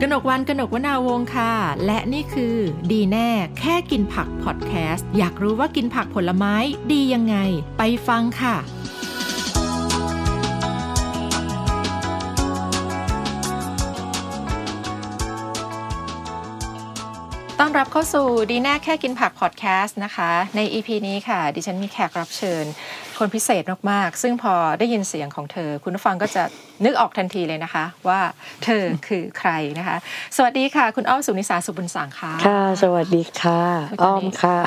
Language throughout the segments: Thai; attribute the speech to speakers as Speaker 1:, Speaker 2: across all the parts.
Speaker 1: กนกวันกนกวนาวงศ์ค่ะ และนี่คือ ดีแน่แค่กินผักพอดแคสต์อยากรู้ว่ากินผักผลไม้ดียังไง ไปฟังค่ะ ต้อนรับเข้าสู่ดีแน่แค่กินผักพอดแคสต์นะคะ ใน EP นี้ค่ะ ดิฉันมีแขกรับเชิญ คนพิเศษมากๆ ซึ่งพอได้ยินเสียงของเธอ คุณผู้ฟังก็จะนึกออกทันทีเลยนะคะ ว่าเธอคือใครนะคะ สวัสดีค่ะ คุณอ้อมสุนิสาสุบุญสังค่ะ
Speaker 2: ค่ะ สวัสดีค่ะ
Speaker 1: อุ๊ยตอนนี้
Speaker 2: อ้อมค่ะ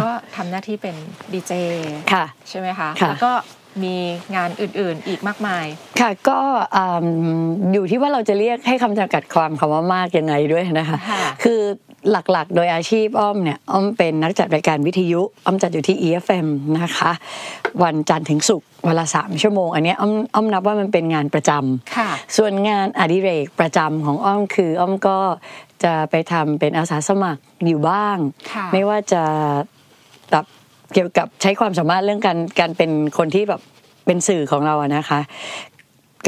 Speaker 1: ก็ทำหน้าที่เป็นดีเจ
Speaker 2: ค่ะ
Speaker 1: ใช่ไหมคะ
Speaker 2: ค่ะ
Speaker 1: แล้วก็มีงานอื่นๆอีกมากมาย
Speaker 2: ค่ะก็อืมอยู่ที่ว่าเราจะเรียกให้คำจำกัดความคำว่ามากยังไงด้วยนะคะ
Speaker 1: ค่ะ
Speaker 2: คือหลักๆ โดยอาชีพอ้อมเนี่ยอ้อมเป็นนักจัดรายการวิทยุอ้อมจัดอยู่ที่ EFM นะคะ วันจันทร์ถึงศุกร์เวนลาสามชั่วโมง อันเนี้ยอ้อมอ้อมนับว่ามันเป็นงานประจำ
Speaker 1: ค่ะ
Speaker 2: ส่วนงานอดิเรกประจำของอ้อมคือ อ้อมก็จะไปทำเป็นอาสาสมัครอยู่บ้าง
Speaker 1: ค่ะ
Speaker 2: ไม่ว่าจะแบบเกี่ยวกับใช้ความสามารถเรื่องการการเป็นคนที่แบบเป็นสื่อของเราอะนะคะ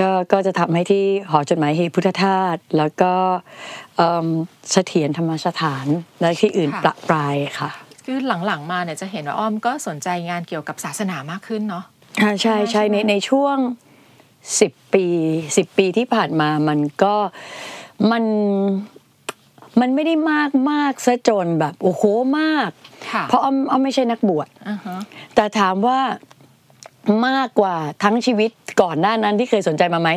Speaker 2: ก็ก็จะทำให้ที่หอจดหมายเฮพุทธทาสแล้วก็เอิ่มเสถียรธรรมสถานและที่อื่น
Speaker 1: ค่ะ
Speaker 2: ประปรายค่ะ
Speaker 1: คือหลังๆมาเนี่ยจะเห็นว่าอ้อมก็สนใจงานเกี่ยวกับศาสนามากขึ้นเนาะ
Speaker 2: อ่าใช่
Speaker 1: ใช่
Speaker 2: ใช่
Speaker 1: ไหม
Speaker 2: ในในช่วงสิบปีสิบปีที่ผ่านมามันก็มันมันไม่ได้มากมากซะจนแบบโอ้โหมาก
Speaker 1: ค่ะ
Speaker 2: เพราะอ้อมอ้อมไม่ใช่นักบวช
Speaker 1: อ่าฮะ
Speaker 2: แต่ถามว่ามากกว่าทั้งชีวิตก่อนหน้านั้นที่เคยสนใจมาไหม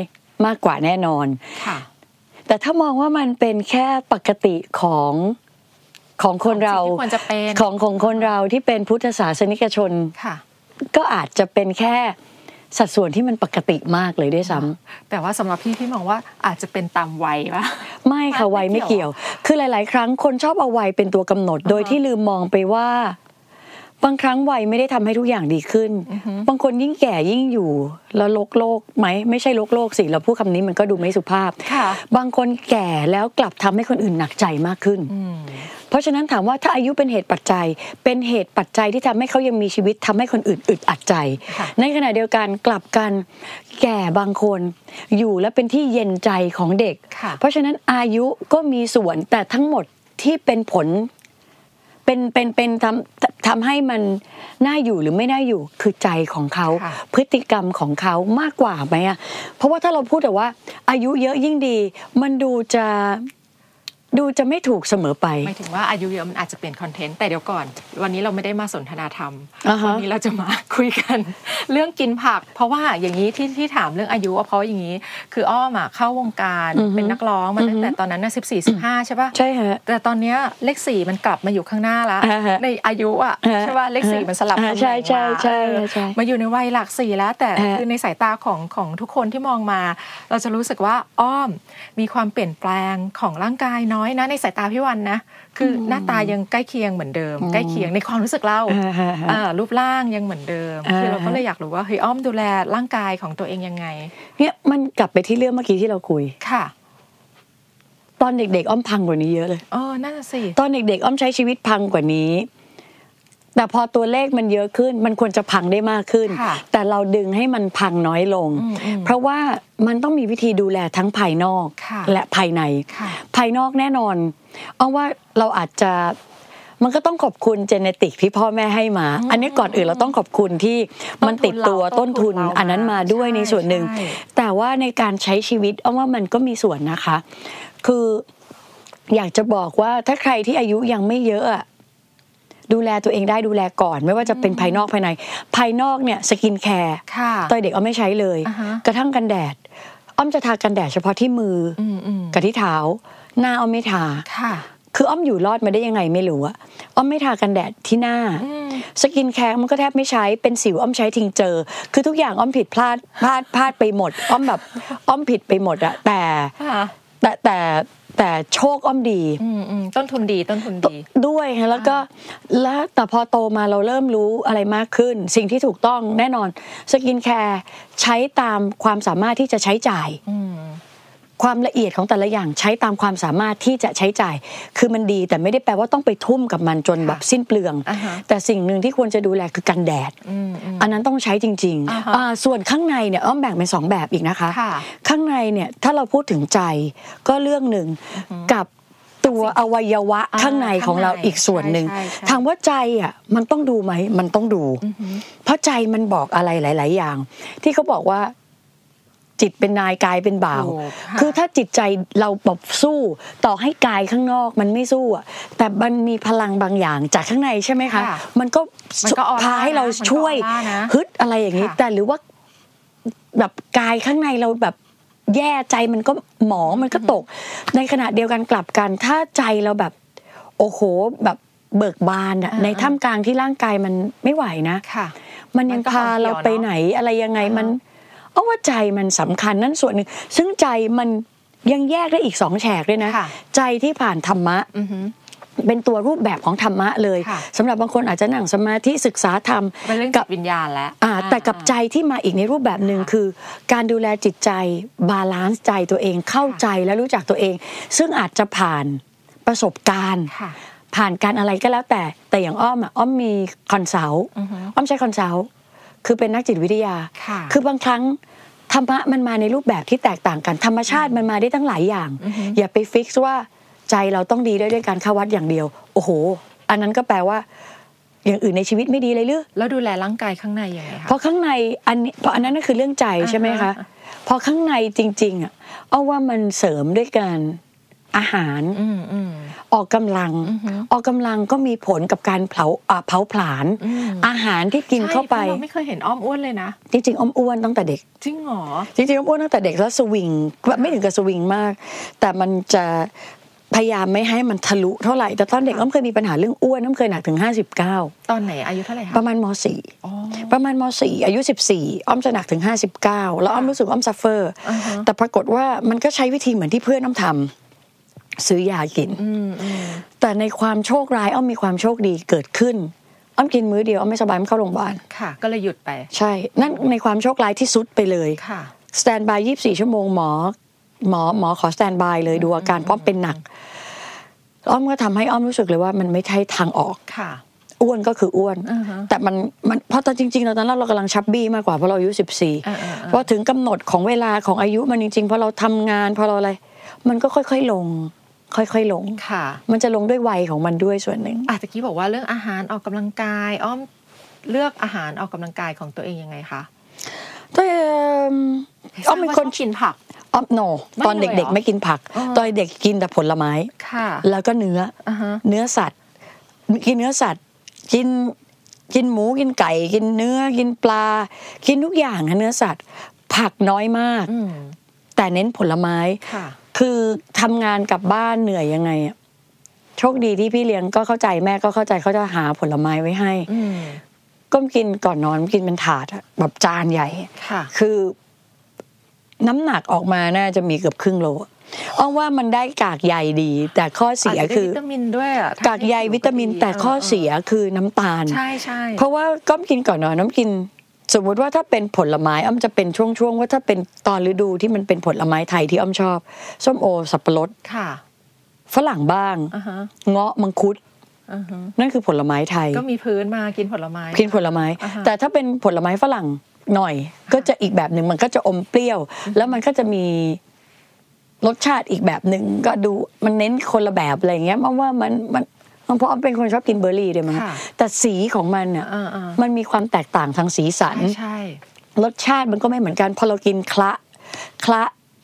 Speaker 2: มากกว่าแน่นอน
Speaker 1: ค่ะ
Speaker 2: แต่ถ้ามองว่ามันเป็นแค่ปกติของของคนเรา
Speaker 1: ของสิ่งที่ควรจะเป็น
Speaker 2: ของของคนเราที่เป็นพุทธศาสนิกชน
Speaker 1: ค่ะ
Speaker 2: ก็อาจจะเป็นแค่สัดส่วนที่มันปกติมากเลยด้วยซ้ำ
Speaker 1: แต่ว่าสำหรับพี่พี่มองว่าอาจจะเป็นตามวัยปะ
Speaker 2: ไม่ค่ะวัย
Speaker 1: ไม่
Speaker 2: ไม่
Speaker 1: เกี่
Speaker 2: เกี่
Speaker 1: ย
Speaker 2: ยว ว คือหลาย ๆ ครั้งคนชอบเอาวัยเป็นตัวกำหนด โดยที่ลืมมองไปว่า บางครั้งวัยไม่ได้ทำให้ทุกอย่างดีขึ้น บางคนยิ่งแก่ยิ่งอยู่แล้วโลกโลกไหมไม่ใช่โลกโลกสิเราพูดคำนี้มันก็ดูไม่สุภาพ
Speaker 1: ค่ะ
Speaker 2: บางคนแก่แล้วกลับทำให้คนอื่นหนักใจมากขึ้น
Speaker 1: อืม
Speaker 2: เพราะฉะนั้นถามว่าถ้าอายุเป็นเหตุปัจจัย เป็นเหตุปัจจัยที่ทำให้เขายังมีชีวิตทำให้คนอื่นอึดอัดใจ
Speaker 1: ค่ะ
Speaker 2: ในขณะเดียวกันกลับกันแก่บางคนอยู่และเป็นที่เย็นใจของเด็ก
Speaker 1: ค่ะ
Speaker 2: เพราะฉะนั้นอายุก็มีส่วนแต่ทั้งหมดที่เป็นผล เป็นเป็นเป็นทำทำให้มันน่าอยู่หรือไม่น่าอยู่คือใจของเขา
Speaker 1: ค่ะ
Speaker 2: พฤติกรรมของเขามากกว่าไหมอ่ะเพราะว่าถ้าเราพูดแต่ว่า อายุเยอะยิ่งดี มันดูจะดูจะไม่ถูกเสมอไป
Speaker 1: หมายถึงว่าอายุเยอะมันอาจจะเปลี่ยนคอนเทนต์แต่เดี๋ยวก่อน วันนี้เราไม่ได้มาสนทนาธรรม
Speaker 2: อ่าฮะ
Speaker 1: วันี้เราจะมา คุยกัน เรื่องกินผัก เพราะว่าอย่างนี้ที่ที่ถามเรื่องอายุอะเพราะอย่างนี้ คืออ้อมอะเข้าวงการเป็นนักร้องมาตั้งแต่ตอนนั้นน่ะสิบสี่สิบห้าใช่ปะ
Speaker 2: ใช่ฮะ
Speaker 1: แต่ตอนเนี้ยเลขสี่มันกลับมาอยู่ข้างหน้าแล้ว
Speaker 2: อ่าฮะ
Speaker 1: ในอายุอ่ะ
Speaker 2: อ่าฮะ
Speaker 1: ใช่ป่ะเลขสี่มันสลับตำแหน่ง
Speaker 2: อ่าใช่ใช่
Speaker 1: มา
Speaker 2: ใช่
Speaker 1: เออ
Speaker 2: ใช่
Speaker 1: มาอยู่ในวัยหลักสี่แล้ว แต่
Speaker 2: อ่าฮะ
Speaker 1: คือในสายตาของของทุกคนที่มองมา เราจะรู้สึกว่าอ้อมมีความเปลี่ยนแปลงของร่างกายน้อยนะในสายตาพี่วันนะ คืออหน้าตายังใกล้เคียงเหมือนเดิม ใกล้เคียงในความรู้สึกเรา
Speaker 2: อ่าฮะ
Speaker 1: อ่ารูปร่างยังเหมือนเดิมคือเราก็
Speaker 2: อ่าฮะ
Speaker 1: เลยอยากรู้ว่าเฮ้ยอ้อมดูแลร่างกายของตัวเองยังไง
Speaker 2: เนี่ยมันกลับไปที่เรื่องเมื่อกี้ที่เราคุย
Speaker 1: ค่ะ
Speaker 2: ตอนเด็กๆอ้อมพังกว่านี้เยอะเลย
Speaker 1: เออนั่นน่ะสิ
Speaker 2: ตอนเด็กๆอ้อมใช้ชีวิตพังกว่านี้ แต่พอตัวเลขมันเยอะขึ้น มันควรจะพังได้มากขึ้น
Speaker 1: ค่ะ
Speaker 2: แต่เราดึงให้มันพังน้อยลง
Speaker 1: อืมอืม
Speaker 2: เพราะว่ามันต้องมีวิธีดูแลทั้งภายนอก
Speaker 1: ค่ะ
Speaker 2: และภายใน
Speaker 1: ค่ะ
Speaker 2: ภายนอกแน่นอนเอาว่าเราอาจจะมันก็ต้องขอบคุณเจเนติกที่พ่อแม่ให้มา อันนี้ก่อนอื่นเราต้องขอบคุณที่มันติดตัว
Speaker 1: ต้
Speaker 2: ต้
Speaker 1: น
Speaker 2: น
Speaker 1: ทุ
Speaker 2: ทุ
Speaker 1: น
Speaker 2: น
Speaker 1: เรา
Speaker 2: อันนั้นมาด้วย
Speaker 1: ใช่
Speaker 2: ในส่วนหนึ่ง
Speaker 1: ใช่
Speaker 2: แต่ว่าในการใช้ชีวิตเอาว่ามันก็มีส่วนนะคะ คืออยากจะบอกว่าถ้าใครที่อายุยังไม่เยอะอะดูแลตัวเองได้ดูแลก่อน ไม่ว่าจะเป็นภายนอกภายใน ภายนอกเนี่ยสกินแคร์
Speaker 1: ค่ะ
Speaker 2: ตอนเด็กอ้อมไม่ใช้เลย
Speaker 1: อ่าฮะ
Speaker 2: กระทั่งกันแดด อ้อมจะทากันแดดเฉพาะที่มืออ
Speaker 1: อืมอืม
Speaker 2: กับที่เท้า หน้าอ้อมไม่ทา
Speaker 1: ค่ะ
Speaker 2: คืออ้อมอยู่รอดมาได้ยังไงไม่รู้อะอ้อมไม่ทากันแดดที่หน้า
Speaker 1: อืม
Speaker 2: สกินแคร์มันก็แทบไม่ใช้เป็นสิวอ้อมใช้ทิ้งเจอ คือทุกอย่างอ้อมผิดพลาดพลาดพลาดไปหมด อ้อมแบบอ้อมผิดไปหมดอะแต่
Speaker 1: ค่ะ
Speaker 2: แต่แต่แต่โชคอ้อมดี
Speaker 1: อืมอืมต้นทุนดีต้นทุนดี
Speaker 2: ด้วยฮะแล้วก็แล้วแต่พอโตมาเราเริ่มรู้อะไรมากขึ้น สิ่งที่ถูกต้องแน่นอนสกินแคร์ใช้ตามความสามารถที่จะใช้จ่าย
Speaker 1: อืม
Speaker 2: ความละเอียดของแต่ละอย่างใช้ตามความสามารถที่จะใช้จ่าย คือมันดีแต่ไม่ได้แปลว่าต้องไปทุ่มกับมันจนแบบสิ้นเปลือง
Speaker 1: อ่าฮะ
Speaker 2: แต่สิ่งหนึ่งที่ควรจะดูแลคือกันแดด
Speaker 1: อืมอืม
Speaker 2: อันนั้นต้องใช้จริง
Speaker 1: อ่าฮะ
Speaker 2: ๆอ่าส่วนข้างในเนี่ยอ้อมแบ่งเป็นสองแบบอีกนะคะ
Speaker 1: ค่ะ
Speaker 2: ข้างในเนี่ยถ้าเราพูดถึงใจก็เรื่องหนึ่งกับตัวอวัยวะ
Speaker 1: อ่า
Speaker 2: ข้างในของเรา
Speaker 1: ข้างใน
Speaker 2: อีกส่วนหนึ่ง
Speaker 1: ใช่ใช่ใช่
Speaker 2: ถามว่าใจอ่ะมันต้องดูไหมมันต้องดู เพราะใจมันบอกอะไรหลาย ๆ อย่าง ที่เขาบอกว่าจิตเป็นนายกายเป็นบ่าว
Speaker 1: ถูกะ
Speaker 2: คือถ้าจิตใจเราแบบสู้ต่อให้กายข้างนอกมันไม่สู้อะแต่มันมีพลังบางอย่างจากข้างในใช่ไหมคะ
Speaker 1: ค่ะ
Speaker 2: มันก็
Speaker 1: มันก็ออร่า
Speaker 2: พาให้เรา
Speaker 1: นะมันก็
Speaker 2: ช่วย
Speaker 1: ออร่านะ
Speaker 2: ฮึดอะไรอย่างนี้
Speaker 1: ค่ะ
Speaker 2: แต่หรือว่าแบบกายข้างในเราแบบแย่ใจมันก็หมองมันก็ตก ในขณะเดียวกันกลับกัน ถ้าใจเราแบบ โอ้โหแบบเบิกบานอะในท่ามกลางที่ร่างกายมันไม่ไหวนะ
Speaker 1: ค่ะ
Speaker 2: มันยัง
Speaker 1: มันก็
Speaker 2: พาเราไปไหนอะไรยังไง
Speaker 1: อ่าฮะ
Speaker 2: มันเอาว่าใจมันสำคัญนั่นส่วนหนึ่ง ซึ่งใจมันยังแยกได้อีกสองแฉกด้วยนะ
Speaker 1: ค่ะ
Speaker 2: ใจที่ผ่านธรรมะ
Speaker 1: อือหือ
Speaker 2: เป็นตัวรูปแบบของธรรมะเลย
Speaker 1: ค่ะ
Speaker 2: สำหรับบางคนอาจจะนั่งสมาธิศึกษาธรรม
Speaker 1: เป็นเรื่อง
Speaker 2: กั
Speaker 1: จิ
Speaker 2: บ
Speaker 1: ตวิญญาณแล้ว
Speaker 2: อ่าแต่กับใจที่มาอีกในรูปแบบหนึ่งคือ การดูแลจิตใจบาลานซ์ใจตัวเองเข้าใจและรู้จักตัวเอง ซึ่งอาจจะผ่านประสบการณ์
Speaker 1: ค่ะ
Speaker 2: ผ่านการอะไรก็แล้วแต่แต่อย่างอ้อมอ่ะอ้อมมีคอนซัลท์
Speaker 1: อือฮึ
Speaker 2: อ้อมใช้คอนซัลท์คือเป็นนักจิตวิทยา
Speaker 1: ค่ะ
Speaker 2: คือบางครั้งธรรมะมันมาในรูปแบบที่แตกต่างกัน ธรรมชาติมันมาได้ตั้งหลายอย่าง
Speaker 1: อือฮึ
Speaker 2: อย่าไปฟิกซ์ว่าใจเราต้องดีได้ด้วยการเข้าวัดอย่างเดียว โอ้โห อันนั้นก็แปลว่า อย่างอื่นในชีวิตไม่ดีเลยหรือ
Speaker 1: แล้วดูแลร่างกายข้างในยังไงคะ
Speaker 2: เพราะข้างในอันนี้เพราะอันนั้นน่ะคือเรื่องใจใช่ไหม
Speaker 1: อ่า
Speaker 2: คะ
Speaker 1: ฮะ
Speaker 2: พอข้างในจริง ๆอ่ะเอาว่ามันเสริมด้วยการอาหาร
Speaker 1: อืมอืม
Speaker 2: ออกกำลัง
Speaker 1: อือฮึ
Speaker 2: ออกกำลังก็มีผลกับการเผาอ่าเผาผลาญ
Speaker 1: อืม
Speaker 2: อาหารที่กินเข้าไป
Speaker 1: ใช่พระเราไม่เคยเห็นอ้อมอ้วนเลยนะ
Speaker 2: จริงๆอ้อมอ้วนตั้งแต่เด็ก
Speaker 1: จริงเหรอ
Speaker 2: จริงๆอ้อมอ้วนตั้งแต่เด็กแล้วสวิงแบบไม่ถึงกับสวิงมาก แต่มันจะพยายามไม่ให้มันทะลุเท่าไหร่ แต่ตอนเด็ก
Speaker 1: ค่ะ
Speaker 2: อ้อมเคยมีปัญหาเรื่องอ้วนอ้อมเคยหนักถึง 59
Speaker 1: ตอนไหนอายุเท่าไหร่คะ
Speaker 2: ประมาณม .4
Speaker 1: อ๋อ
Speaker 2: ประมาณม .4 อายุ 14 อ้อมจะหนักถึง 59 แล้วอ้อมรู้สึกว่าอ้อมซัฟเฟอร์
Speaker 1: อ่าฮะ
Speaker 2: แต่ปรากฏว่ามันก็ใช้วิธีเหมือนที่เพื่อนอ้อมทำซื้อยากิน
Speaker 1: อืมอืม
Speaker 2: แต่ในความโชคร้ายอ้อมมีความโชคดีเกิดขึ้น อ้อมกินมื้อเดียวอ้อมไม่สบายอ้อมเข้าโรงพยาบาล
Speaker 1: ค่ะ ก็เลยหยุดไป
Speaker 2: ใช่ นั่นในความโชคร้ายที่สุดไปเลย
Speaker 1: ค่ะ
Speaker 2: สแตนบายยีบสี่ชั่วโมงหมอ หมอหมอขอสแตนบายเลยดูอาการเพราะเป็นหนัก อ้อมก็ทำให้อ้อมรู้สึกเลยว่ามันไม่ใช่ทางออก
Speaker 1: ค่ะ
Speaker 2: อ้วนก็คืออ้วน
Speaker 1: อ่าฮะ
Speaker 2: แต่มันมันเพราะตอนจริงๆตอนนั้นเรากำลังชับบี้มากกว่าเพราะเราอายุสิบสี่
Speaker 1: อ่าอ่าอ่า
Speaker 2: พอถึงกำหนดของเวลาของอายุมันจริงๆพอเราทำงานพอเราอะไร มันก็ค่อยๆลง ค่อยๆลง
Speaker 1: ค่ะ
Speaker 2: มันจะลงด้วยวัยของมันด้วยส่วนหนึ่ง
Speaker 1: อาจจะกี้บอกว่าเรื่องอาหารออกกำลังกาย อ้อมเลือกอาหารออกกำลังกายของตัวเองยังไงคะ
Speaker 2: แต่เอิ่มอ้อมเป็นคน
Speaker 1: ทราบว่าชบกินผัก
Speaker 2: อ้อมโนตอน
Speaker 1: ไม่เลยเหร
Speaker 2: เด็ก
Speaker 1: อ
Speaker 2: ๆ ไม่กินผัก
Speaker 1: อ๋อ
Speaker 2: ตอนเด็กกินแต่ผลไม้
Speaker 1: ค่ะ
Speaker 2: แล้วก็เนื้อ
Speaker 1: อ่าฮะ
Speaker 2: เนื้อสัตว์ กินเนื้อสัตว์ กินกินหมูกินไก่ กินเนื้อกินปลา กินทุกอย่างนะเนื้อสัตว์ ผักน้อยมาก
Speaker 1: อืม
Speaker 2: แต่เน้นผลไม้
Speaker 1: ค่ะ
Speaker 2: คือทำงานกลับบ้านเหนื่อยยังไงอะโชคดีที่พี่เลี้ยงก็เข้าใจแม่ก็เข้าใจเขาจะหาผลไม้ไว้ให้
Speaker 1: อืม
Speaker 2: ก็กินก่อนนอนกินเป็นถาดอะแบบจานใหญ่
Speaker 1: ค่ะ
Speaker 2: คือน้ำหนักออกมาน่าจะมีเกือบครึ่งโลอะอ้อมว่ามันได้กากใยดี แต่ข้อเสีย
Speaker 1: อาจจะได้
Speaker 2: คือ
Speaker 1: วิตามินด้วยอะ
Speaker 2: กากใยวิตามิน แต่ข้อเสียคือน้ำตาล
Speaker 1: ใช่ใช่
Speaker 2: เพราะว่าก้อมกินก่อนนอนน้ำกิน สมมติว่าถ้าเป็นผลไม้อ้อมจะเป็นช่วงๆว่าถ้าเป็นตอนฤดูที่มันเป็นผลไม้ไทยที่อ้อมชอบส้มโอสับปะรด
Speaker 1: ค่ะ
Speaker 2: ฝรั่งบ้าง
Speaker 1: อ่าฮะ
Speaker 2: เงาะมังคุด
Speaker 1: อ่าฮะ
Speaker 2: นั่นคือผลไม้ไทย
Speaker 1: ก็มีพื้นมากินผลไม้
Speaker 2: กินผลไม้
Speaker 1: อ่าฮะ
Speaker 2: แต่ถ้าเป็นผลไม้ฝรั่งหน่อย ก็จะอีกแบบหนึ่งมันก็จะอมเปรี้ยว แล้วมันก็จะมีรสชาติอีกแบบหนึ่งก็ดูมันเน้นคนละแบบอะไรอย่างเงี้ยมันว่ามันมันมันเพราะเป็นคนชอบกินเบอร์รี่ด้วยมั้ง
Speaker 1: ค่ะ
Speaker 2: แต่สีของมันอ่ะ
Speaker 1: อ่าอ่า
Speaker 2: มันมีความแตกต่างทางสีสัน
Speaker 1: ใช่ใช่
Speaker 2: รสชาติมันก็ไม่เหมือนกันพอเรากินคละคละ